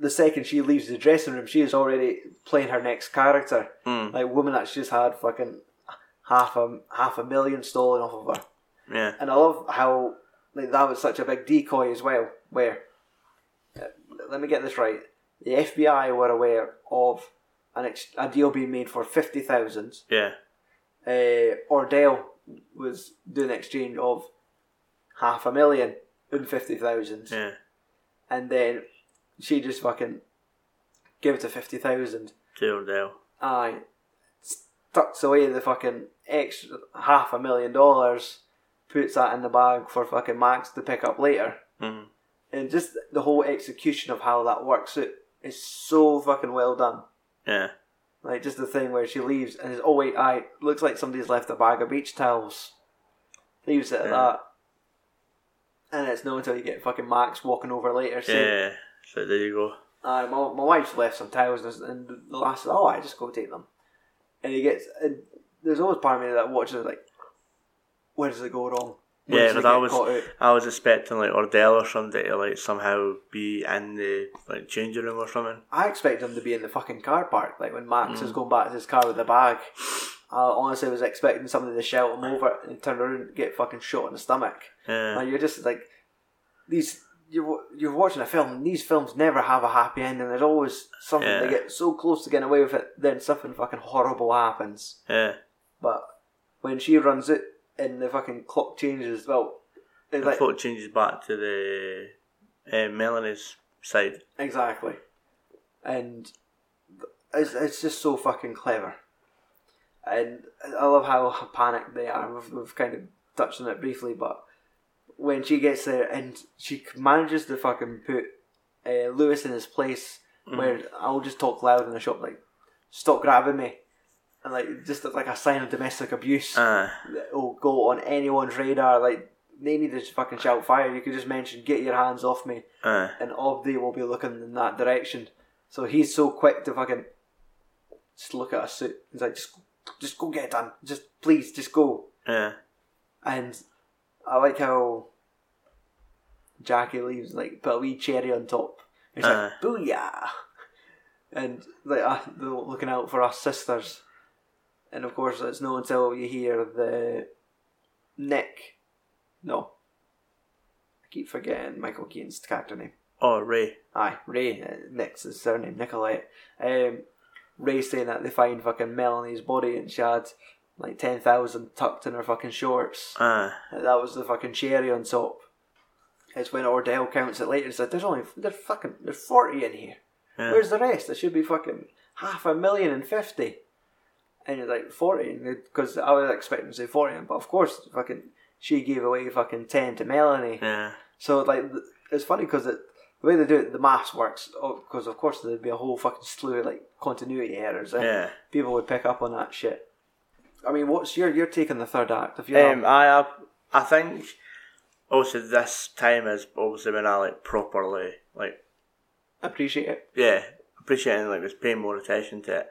B: The second she leaves the dressing room, she is already playing her next character,
C: Mm.
B: like woman that she's had fucking half a half a million stolen off of her.
C: Yeah.
B: And I love how like that was such a big decoy as well. Where uh, let me get this right: the FBI were aware of an ex- a deal being made for fifty thousand.
C: Yeah.
B: Uh, Ordell was doing an exchange of half a million and fifty thousand,
C: Yeah.
B: and then she just fucking gave it to fifty thousand.
C: Taildale.
B: Aye, tucks away the fucking extra half a million dollars, puts that in the bag for fucking Max to pick up later.
C: Mm.
B: And just the whole execution of how that works out is so fucking well done.
C: Yeah.
B: Like just the thing where she leaves and is oh wait, I looks like somebody's left a bag of beach towels. Leaves it at
C: Yeah.
B: that. And it's not until you get fucking Max walking over later saying,
C: Yeah. Eh, So there you go.
B: Aye, Uh, my, my wife's left some towels, and the- the last says, "Oh, I just go take them." And he gets. And there's always part of me that watches it like, where does it go wrong? Where
C: Yeah,
B: does it
C: 'cause I
B: get
C: was-
B: caught out?
C: I was expecting like Ordell or somebody to like somehow be in the like changing room or something.
B: I expect him to be in the fucking car park, like when Max
C: Mm.
B: is going back to his car with the bag. I honestly was expecting somebody to shout him over and turn around and get fucking shot in the stomach.
C: Yeah.
B: Like, you're just like these. You're wa- you're watching a film, and these films never have a happy ending. There's always something they
C: Yeah.
B: get so close to getting away with it, then something fucking horrible happens.
C: Yeah.
B: But when she runs it and the fucking clock changes, well, it's
C: The
B: like
C: plot changes back to the uh, Melanie's side.
B: exactly, and it's it's just so fucking clever. And I love how panicked they are. We've, we've kind of touched on it briefly, but when she gets there and she manages to fucking put uh, Lewis in his place,
C: Mm-hmm. Mm.
B: where I'll just talk loud in the shop, like stop grabbing me, and like just like a sign of domestic abuse.
C: Ah.
B: oh, that will go on anyone's radar. Like they need to just fucking shout fire. You could just mention, "Get your hands off me,"
C: Aye.
B: and Obdi will be looking in that direction. So he's so quick to fucking just look at a suit. He's like, "Just, just go get it done. Just please, just go."
C: Yeah.
B: And I like how Jackie leaves like put a wee cherry on top. It's
C: Aye.
B: like booyah, and like uh, they're looking out for us sisters. And of course, it's not until you hear the Nick. No, I keep forgetting Michael Keaton's character name.
C: Oh, Ray.
B: Aye, Ray. Uh, Nick's his surname, Nicolette. Um, Ray saying that they find fucking Melanie's body and she had like ten thousand tucked in her fucking shorts.
C: Aye.
B: That was the fucking cherry on top. It's when Ordell counts it later and said, "There's only there's fucking there's forty in here.
C: Yeah.
B: Where's the rest? There should be fucking half a million and fifty. And you're like forty because I was expecting to say forty, but of course, fucking she gave away fucking ten to Melanie.
C: yeah.
B: So like th- it's funny because it, the way they do it, the maths works. Because of course there'd be a whole fucking slew of like continuity errors. And
C: Yeah.
B: People would pick up on that shit. I mean, what's your your take on the third act? If you
C: Um, I, I, I think also this time is obviously when I like properly like
B: appreciate it.
C: yeah appreciating like was paying more attention to it,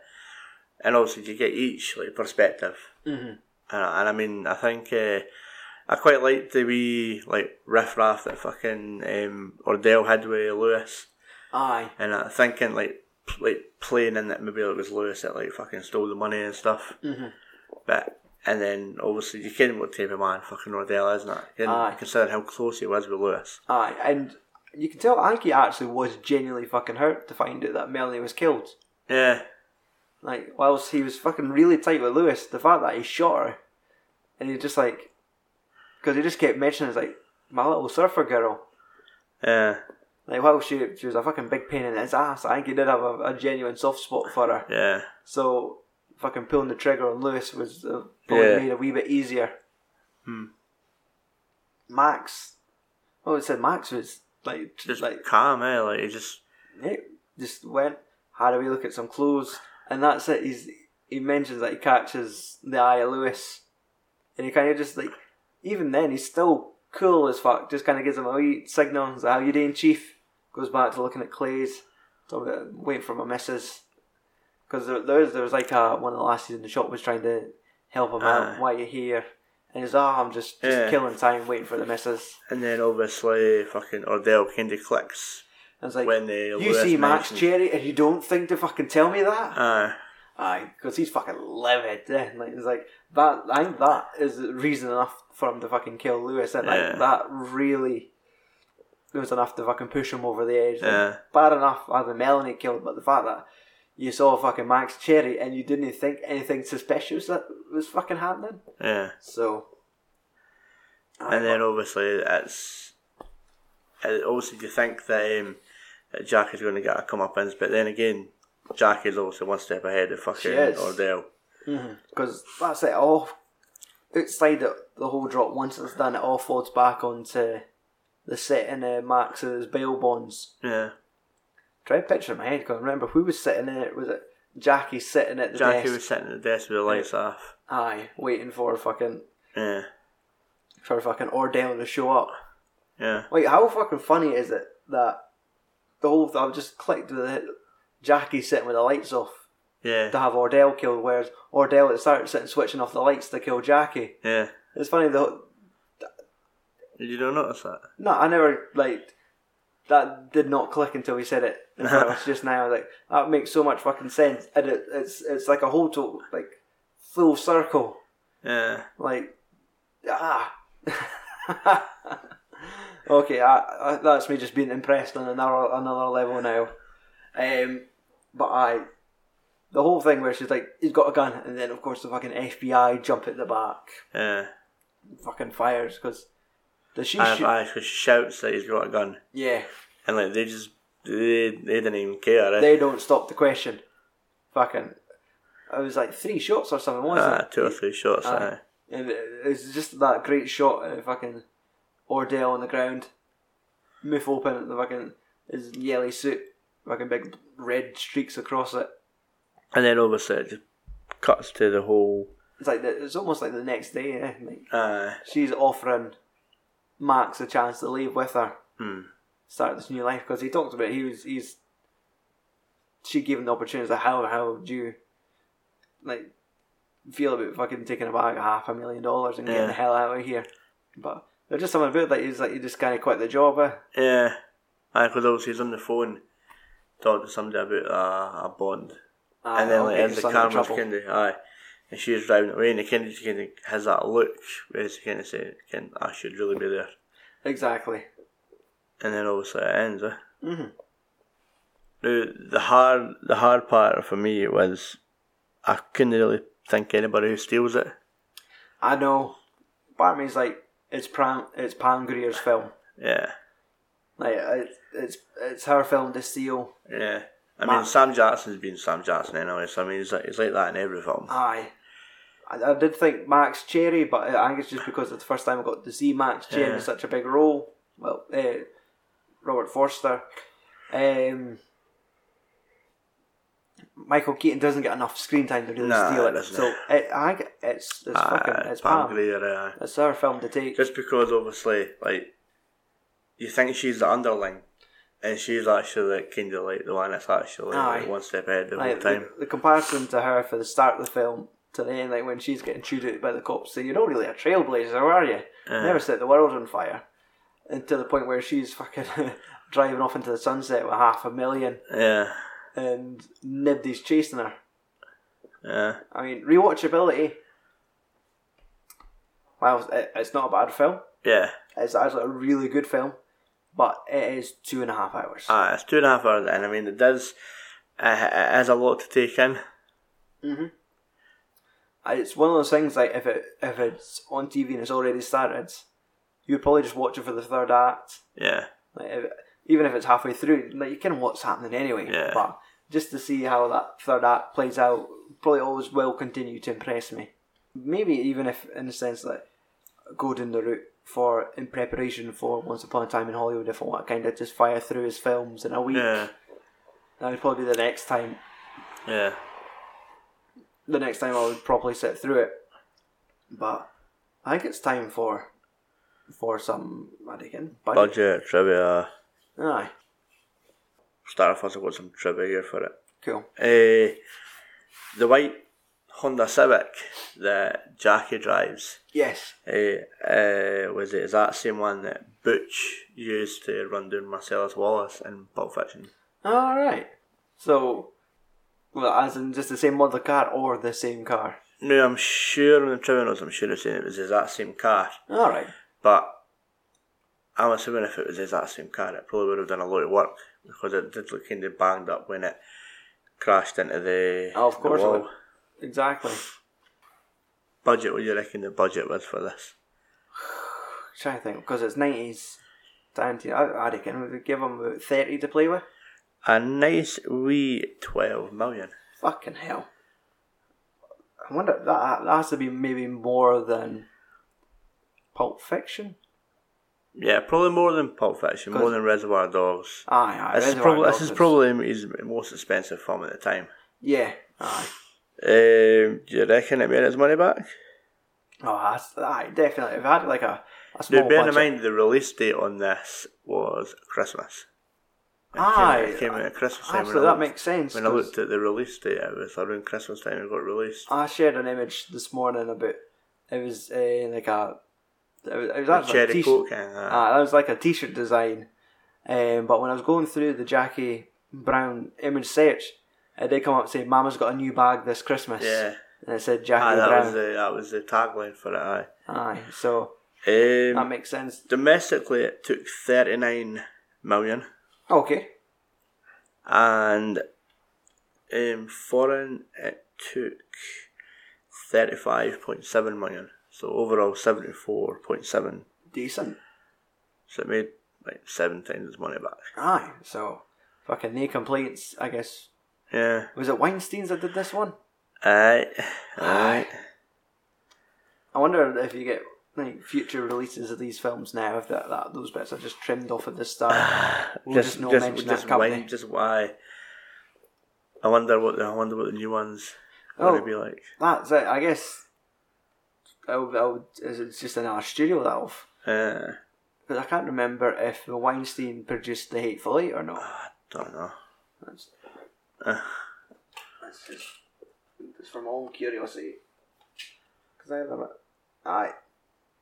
C: and also you get each like perspective,
B: Mhm.
C: and, I- and I mean I think uh, I quite liked the wee like riffraff that fucking um, Ordell had with Lewis,
B: Aye.
C: and I thinking like p- like playing in that maybe it was Lewis that like fucking stole the money and stuff,
B: Mhm.
C: but. And then obviously you can what type of man fucking Ordell is, isn't it? You
B: Aye.
C: can- Considering how close he was with Lewis.
B: Aye, and you can tell Anki actually was genuinely fucking hurt to find out that Melanie was killed.
C: Yeah,
B: Like, whilst he was fucking really tight with Lewis, the fact that he shot her, and he just like, because he just kept mentioning, it's like, my little surfer girl.
C: yeah,
B: Like, while she, she was a fucking big pain in his ass, I think he did have a, a genuine soft spot for her.
C: yeah,
B: So, fucking pulling the trigger on Lewis was uh, probably
C: Yeah.
B: made it a wee bit easier.
C: Hmm.
B: Max, oh, it said Max was like,
C: just
B: like
C: like calm, eh? Like he just
B: it just went had a wee look at some clothes and that's it he's he mentions that he catches the eye of lewis and he kind of just like even then he's still cool as fuck just kind of gives him a wee signal and says, how you doing chief goes back to looking at clays talking about waiting for my missus because there, there, was, there was like a, one of the lasses in the shop was trying to help him out
C: Aye.
B: while you're here and he's oh i'm just, just
C: Yeah.
B: killing time waiting for the missus
C: and then obviously fucking Ordell kind of clicks
B: and it's like
C: when the
B: you
C: Lewis
B: see max
C: mentions-
B: cherry and you don't think to fucking tell me that
C: Aye,
B: Aye, because he's fucking livid. eh? Like it's like that. I think that is reason enough for him to fucking kill Lewis, and
C: Yeah.
B: like that really was enough to fucking push him over the edge. Like,
C: Yeah.
B: Bad enough having Melanie killed, but the fact that you saw fucking Max Cherry and you didn't think anything suspicious that was fucking happening.
C: yeah,
B: So,
C: and then obviously it's it, obviously you think that um, that Jack is going to get a comeuppance, but then again, Jack is obviously one step ahead of fucking
B: is.
C: Ordell.
B: because Mm-hmm. that's it all outside the, the whole drop. Once it's done, it all folds back onto the setting of Max's bail bonds.
C: Yeah,
B: Try to picture in my head because remember who was sitting in it. Was it Jackie sitting at the
C: Jackie
B: desk?
C: was sitting at the desk with the lights off.
B: Aye, waiting for fucking
C: Yeah,
B: for fucking Ordell to show up.
C: yeah,
B: Wait, how fucking funny is it that the whole I've just clicked with it. Jackie sitting with the lights off
C: yeah,
B: to have Ordell killed, whereas Ordell at the start sitting switching off the lights to kill Jackie.
C: yeah.
B: It's funny though.
C: Did you not notice that?
B: No, I never like that. Did not click until he said it. in front of us just now, like that makes so much fucking sense, and it, it's it's like a whole to, like full circle.
C: Yeah,
B: Like, ah. okay, I, I, that's me just being impressed on another another level now. Um, but I, the whole thing where she's like, he's got a gun, and then of course the fucking FBI jump at the back,
C: yeah.
B: fucking fires because does she?
C: I've
B: shoot-
C: actually shouts that he's got a gun.
B: yeah,
C: and like they just they they didn't even care. Eh?
B: they don't stop the question. Fucking, it was like three shots or something, wasn't
C: ah,
B: it?
C: two or three shots.
B: Aye.
C: Aye.
B: And it- it's just that great shot of fucking Ordell on the ground, muff open at the fucking his yellow suit, fucking big red streaks across it.
C: and then obviously it just cuts to the whole.
B: It's like the, it's almost like the next day. Eh? Like
C: Aye,
B: she's offering Max a chance to leave with her,
C: Hmm.
B: start this new life because he talked about he was he's she gave him the opportunity. Like, how how do you like feel about fucking taking a bag of half a million dollars and getting
C: Yeah.
B: the hell out of here? But there's just something about that. He's like he just kind of quit the job. Eh?
C: Yeah, because obviously he's on the phone talking to somebody about uh, a bond,
B: Ah,
C: and then
B: I'll
C: like
B: get
C: as
B: your
C: the
B: son in
C: camera's
B: trouble.
C: kind of aye, and she's driving away, and the kind of kind of has that look where she kind of saying, "Kind, I should really be there,"
B: exactly.
C: and then obviously it ends. Eh?
B: Mhm.
C: Now the hard the hard part for me was I couldn't really think anybody who steals it.
B: I know. Part of me's like it's Pam it's Pam Greer's film.
C: Yeah,
B: Like it, it's it's her film to steal.
C: yeah. I
B: Man.
C: mean, Sam Jackson's been Sam Jackson anyway, so I mean, he's like, he's like that in every film.
B: Aye. I, I did think Max Cherry, but uh, I think it's just because it's the first time I got to see Max Cherry
C: Yeah.
B: in such a big role. Well, eh, Robert Forster. Um, Michael Keaton doesn't get enough screen time to really
C: Nah,
B: steal it.
C: doesn't.
B: So it, I, think it's it's
C: Ah,
B: fucking it's
C: Pam
B: Pam.
C: Grier, aye.
B: It's her film to take.
C: just because obviously like you think she's the underling and she's actually like kind of like the one that's actually like,
B: Aye.
C: one step ahead the
B: Like,
C: whole time
B: The, the comparison to her for the start of the film to the end, like when she's getting chewed out by the cops, so you're not really a trailblazer, are you?
C: Aye.
B: Never set the world on fire. And to the point where she's fucking driving off into the sunset with half a million
C: yeah
B: and nobody's chasing her.
C: yeah
B: I mean, rewatchability. Well, it, it's not a bad film.
C: yeah
B: It's actually a really good film, but it is two and a half hours.
C: ah, it's two and a half hours and I mean it does uh, it has a lot to take in
B: Mm-hmm. it's one of those things like if it if it's on TV and it's already started, you would probably just watch it for the third act.
C: yeah
B: Like if, even if it's halfway through, like you can what's happening anyway.
C: Yeah.
B: But just to see how that third act plays out, probably always will continue to impress me. Maybe even if in the sense that go down the route for in preparation for Once Upon a Time in Hollywood, if I want to kind of just fire through his films in a week,
C: yeah
B: that would probably be the next time
C: yeah
B: the next time I would properly sit through it. But I think it's time for for some what again budget.
C: budget trivia
B: Aye,
C: start off I've got some trivia here for it
B: cool.
C: uh, the white Honda Civic that Jackie drives
B: Yes,
C: Eh, uh, was it is that same one that Butch used to run down Marcellus Wallace in Pulp Fiction?
B: all right. So, well, as in just the same model car or the same car.
C: No, I'm sure in the tribunals. I'm sure it's saying it was the exact same car,
B: All right.
C: but I'm assuming if it was the exact same car, it probably would have done a lot of work because it did look kind of banged up when it crashed into the
B: Oh, of
C: the
B: course it
C: wall.
B: would. Exactly.
C: Budget? What do you reckon the budget was for this?
B: Trying to think because it's nineties. Tarantino. I, I reckon we would give him about thirty to play with.
C: A nice wee twelve million.
B: Fucking hell. I wonder that that has to be maybe more than Pulp Fiction.
C: Yeah, probably more than Pulp Fiction, more
B: Because-
C: than Reservoir Dogs.
B: Aye, aye.
C: This is
B: Uh, Reservoir
C: probably this
B: Dogs
C: is probably his most expensive film at the time.
B: Yeah. Aye.
C: Um, do you reckon it made its money back?
B: Oh, that's, aye, definitely. If I had like a, a small
C: Now, bear in
B: budget-
C: mind the release date on this was Christmas. It came out-
B: aye,
C: it came out at Christmas time.
B: Actually,
C: when I
B: that
C: looked-
B: makes sense.
C: When I
B: 'cause
C: looked at the release date, it was around Christmas time it got released.
B: I shared an image this morning about it was uh, like a it was, it was
C: The
B: actually a
C: Cherry
B: t-shirt-
C: Coke Gang. Uh,
B: Ah, that was like a t-shirt design. Um, but when I was going through the Jackie Brown image search, it did come up saying, "Mama's got a new bag this Christmas."
C: yeah,
B: And it said
C: aye,
B: Jackie
C: that was
B: Brown.
C: the that was the tagline for it. Aye.
B: Aye, so
C: Um,
B: that makes sense.
C: domestically, it took thirty nine million,
B: Okay.
C: and um, foreign it took thirty five point seven million. So overall, seventy four point seven
B: Decent.
C: So it made like seven times its money back.
B: Aye, so fucking no complaints. I guess
C: Yeah.
B: was it Weinstein's that did this one?
C: Aye. Aye.
B: I wonder if you get like future releases of these films now if that, that those bits are just trimmed off at the start. We'll just, not mention that company.
C: why? Just why? I wonder what the I wonder what the new ones are
B: Oh.
C: gonna be like.
B: That's it. Oh, I guess. I would, I would, is it's just another studio that off.
C: Yeah.
B: Because I can't remember if Weinstein produced The Hateful Eight or not.
C: Don't know.
B: That's,
C: Uh,
B: that's just, it's from all curiosity. Because I remember. Aye.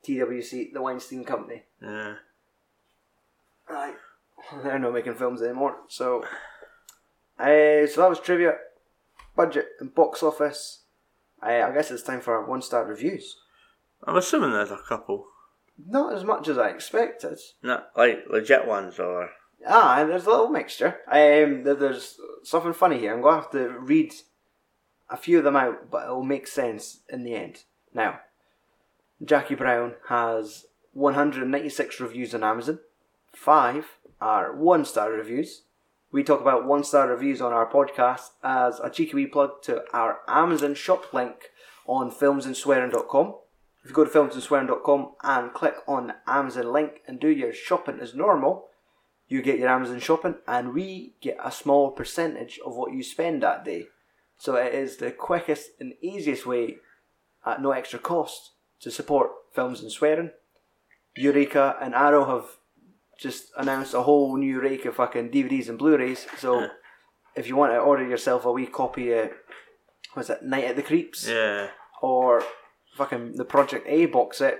B: TWC, the Weinstein Company.
C: yeah.
B: Aye. They're not making films anymore. So, uh, so that was trivia, budget, and box office. Uh, I guess it's time for our one star reviews.
C: I'm assuming there's a couple.
B: Not as much as I expected.
C: Not like legit ones or
B: Ah, and there's a little mixture. Um, there- there's something funny here. I'm going to have to read a few of them out, but it'll make sense in the end. Now, Jackie Brown has 196 reviews on Amazon. Five are one star reviews. We talk about one star reviews on our podcast as a cheeky wee plug to our Amazon shop link on filmsandswearing.com. If you go to filmsandswearing.com and click on Amazon link and do your shopping as normal, you get your Amazon shopping, and we get a small percentage of what you spend that day. So it is the quickest and easiest way, at no extra cost, to support films and swearing. Eureka and Arrow have just announced a whole new rake of fucking DVDs and Blu-rays. So if you want to order yourself a wee copy of was it Night at the Creeps
C: yeah.
B: or fucking the Project A box set,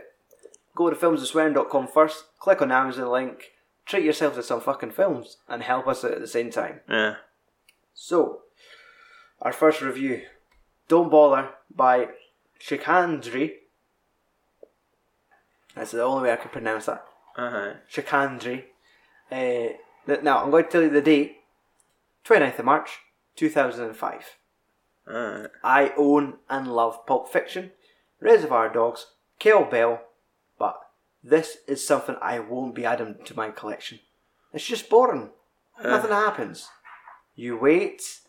B: go to filmsandswearing.com first, click on the Amazon link, treat yourself to some fucking films, and help us out at the same time.
C: Yeah.
B: So, our first review Don't Bother by Chikandri. That's the only way I can pronounce that.
C: Uh-huh.
B: Chikandri. Uh, th- now, I'm going to tell you the date 29th of March, 2005.
C: Alright.
B: I own and love Pulp Fiction, Reservoir Dogs, Kill Bill, but this is something I won't be adding to my collection. It's just boring. Nothing happens. You wait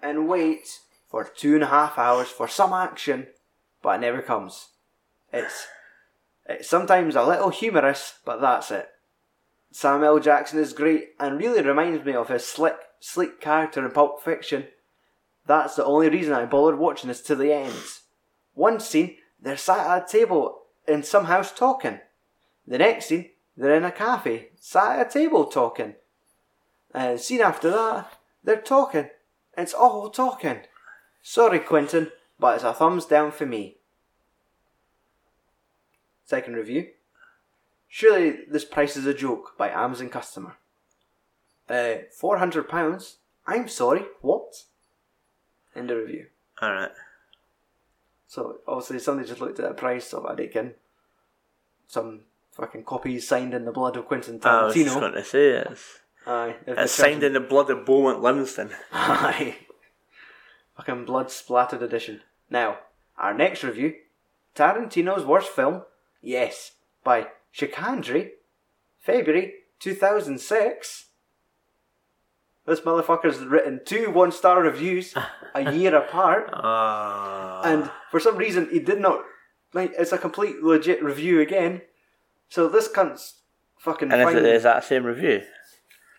B: and wait for two and a half hours for some action, but it never comes. It's, it's sometimes a little humorous, but that's it. Sam L. Jackson is great and really reminds me of his slick, sleek character in Pulp Fiction. That's the only reason I bothered watching this to the end. One scene, they're sat at a table in some house talking. The next scene, they're in a cafe, sat at a table talking. And the scene after that, they're talking. It's all talking. Sorry, Quentin, but it's a thumbs down for me. Second review. Surely this price is a joke by Amazon customer. Uh, £400? I'm sorry, what? End of review.
C: Alright.
B: So obviously somebody just looked at the price of a dickon. Some fucking copies signed in the blood of Quentin
C: I was
B: Tarantino.
C: Oh, just going to say it's,
B: Aye, if they're
C: it's signed
B: charging-
C: in the blood of Beaumont Livingston.
B: Aye. Fucking blood splattered edition. Now, our next review Tarantino's worst film? Yes, by Shikandri, February 2006. This motherfucker's written two one star reviews a year apart,
C: Ah.
B: and for some reason he did not. Like, it's a complete legit review again. So this cunt's fucking.
C: and is it
B: finding-
C: is that same review?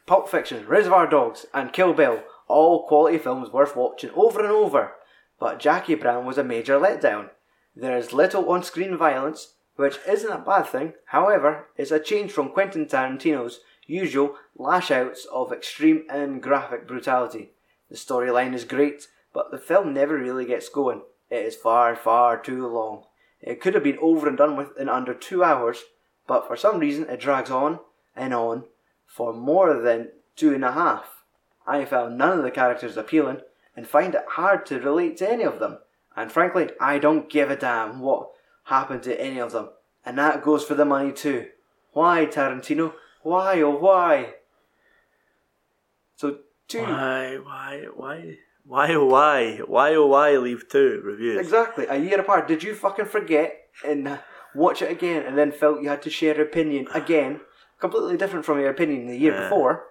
B: Pulp Fiction, Reservoir Dogs, and Kill Bill, all quality films worth watching over and over. But Jackie Brown was a major letdown. There is little on screen violence, which isn't a bad thing, however, it's a change from Quentin Tarantino's usual lash outs of extreme and graphic brutality. The storyline is great, but the film never really gets going. It is far, far too long. It could have been over and done with in under two hours, but for some reason it drags on and on for more than two and a half. I found none of the characters appealing and find it hard to relate to any of them. And frankly, I don't give a damn what happened to any of them. And that goes for the money too. Why, Tarantino? Why, oh why? So, two.
C: Why, why, why, why, oh, why, why, oh, why leave two reviews?
B: Exactly, a year apart. Did you fucking forget and watch it again and then felt you had to share your opinion again? Completely different from your opinion the year
C: Yeah.
B: before.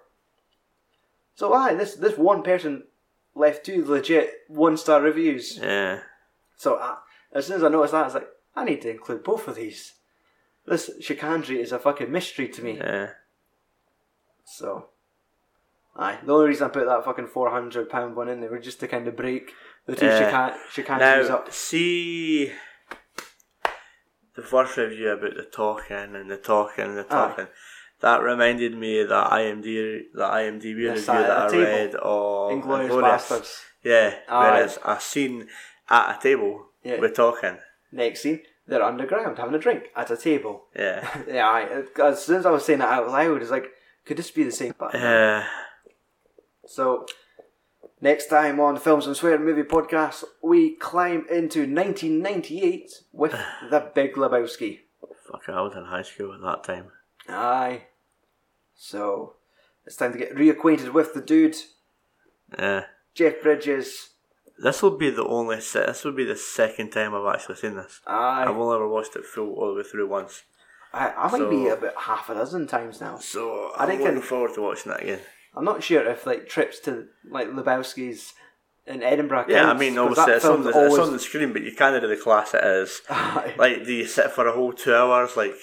B: So, aye, this, this one person left two legit one star reviews.
C: Yeah.
B: So, I, as soon as I noticed that, I was like, I need to include both of these. This Shikandri is a fucking mystery to me.
C: Yeah.
B: So, aye, the only reason I put that fucking £400 one in there was just to kind of break the two
C: Yeah.
B: Shika- Shikandris
C: Now,
B: up.
C: see, the first review about the talking and the talking and the talking. That reminded me of that IMDb, the IMDb review
B: sat at
C: that
B: a
C: I
B: table.
C: read of
B: Inglorious
C: Inglourious.
B: Bastards.
C: Yeah,
B: Aye.
C: where it's a scene at a table
B: Yeah.
C: with talking.
B: Next scene, they're underground having a drink at a table.
C: Yeah.
B: Yeah, I, as soon as I was saying that out loud, it's like, could this be the same?
C: Uh,
B: So, next time on Films and Swear Movie Podcast, we climb into 1998 with The Big Lebowski.
C: fuck, I was in high school at that time.
B: Aye. So, it's time to get reacquainted with the dude,
C: Yeah.
B: Jeff Bridges.
C: Uh, This will be the only. Se- this will be the second time I've actually seen this. I've
B: Aye.
C: only ever watched it full all the way through once.
B: I, I might be
C: So-
B: about half a dozen times now.
C: So
B: I
C: I'm
B: think
C: looking
B: in-
C: forward to watching that again.
B: I'm not sure if like trips to like Lebowski's in Edinburgh.
C: Yeah, I
B: counts,
C: mean,
B: 'cause
C: obviously
B: that
C: it's on,
B: film's
C: the, it's on the screen, but you can't do the class it is.
B: Aye.
C: Like, do you sit for a whole two hours, like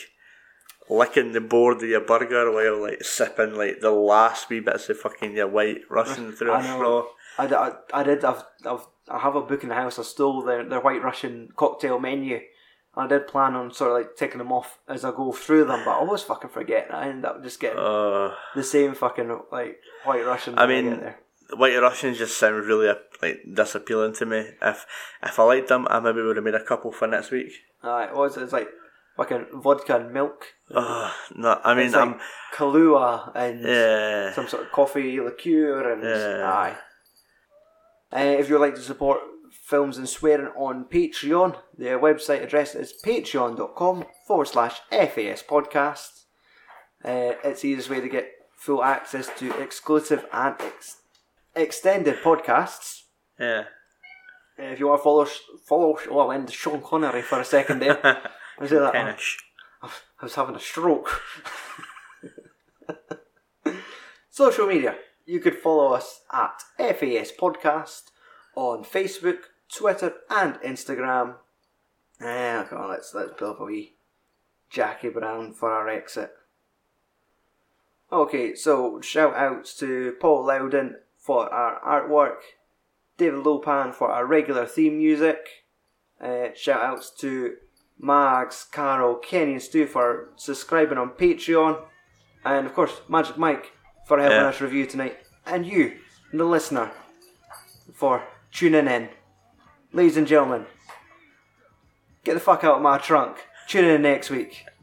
C: licking the board of your burger while like sipping like the last wee bits of fucking your white Russian through a
B: I know.
C: straw?
B: I, d- I- I did. I've, I've, I have a book in the house. I stole their, their White Russian cocktail menu. I did plan on sort of like taking them off as I go through them, but I always fucking forget. and I end up just getting
C: Uh,
B: the same fucking like White Russian.
C: I
B: when
C: mean-
B: get there.
C: the White Russians just sound really uh, like disappealing to me. If if I liked them, I maybe would have made a couple for next week.
B: Aye, what is it? It's like fucking vodka and milk.
C: Uh, no, I mean
B: It's like
C: I'm
B: Kahlua and
C: yeah.
B: some sort of coffee liqueur and
C: Yeah.
B: aye. Uh, if you'd like to support films and swearing on Patreon, their website address is patreon.com forward slash FAS podcast. Uh, it's the easiest way to get full access to exclusive and ex- extended podcasts.
C: yeah.
B: Uh, if you want to follow, us- follow, oh, I'll end Sean Connery for a second there. I was, like,
C: Kind of sh-
B: I was having a stroke. Social media. You could follow us at FAS Podcast on Facebook, Twitter, and Instagram. Eh, come on, let's let's build up a wee Jackie Brown for our exit. Okay, so shout outs to Paul Loudon for our artwork, David Lopan for our regular theme music. Uh, shout outs to Mags, Carol, Kenny, and Stu for subscribing on Patreon. And of course, Magic Mike for helping
C: Yeah.
B: us review tonight. And you, the listener, for tuning in. Ladies and gentlemen, get the fuck out of my trunk. Tune in next week.
A: Oh, Ah,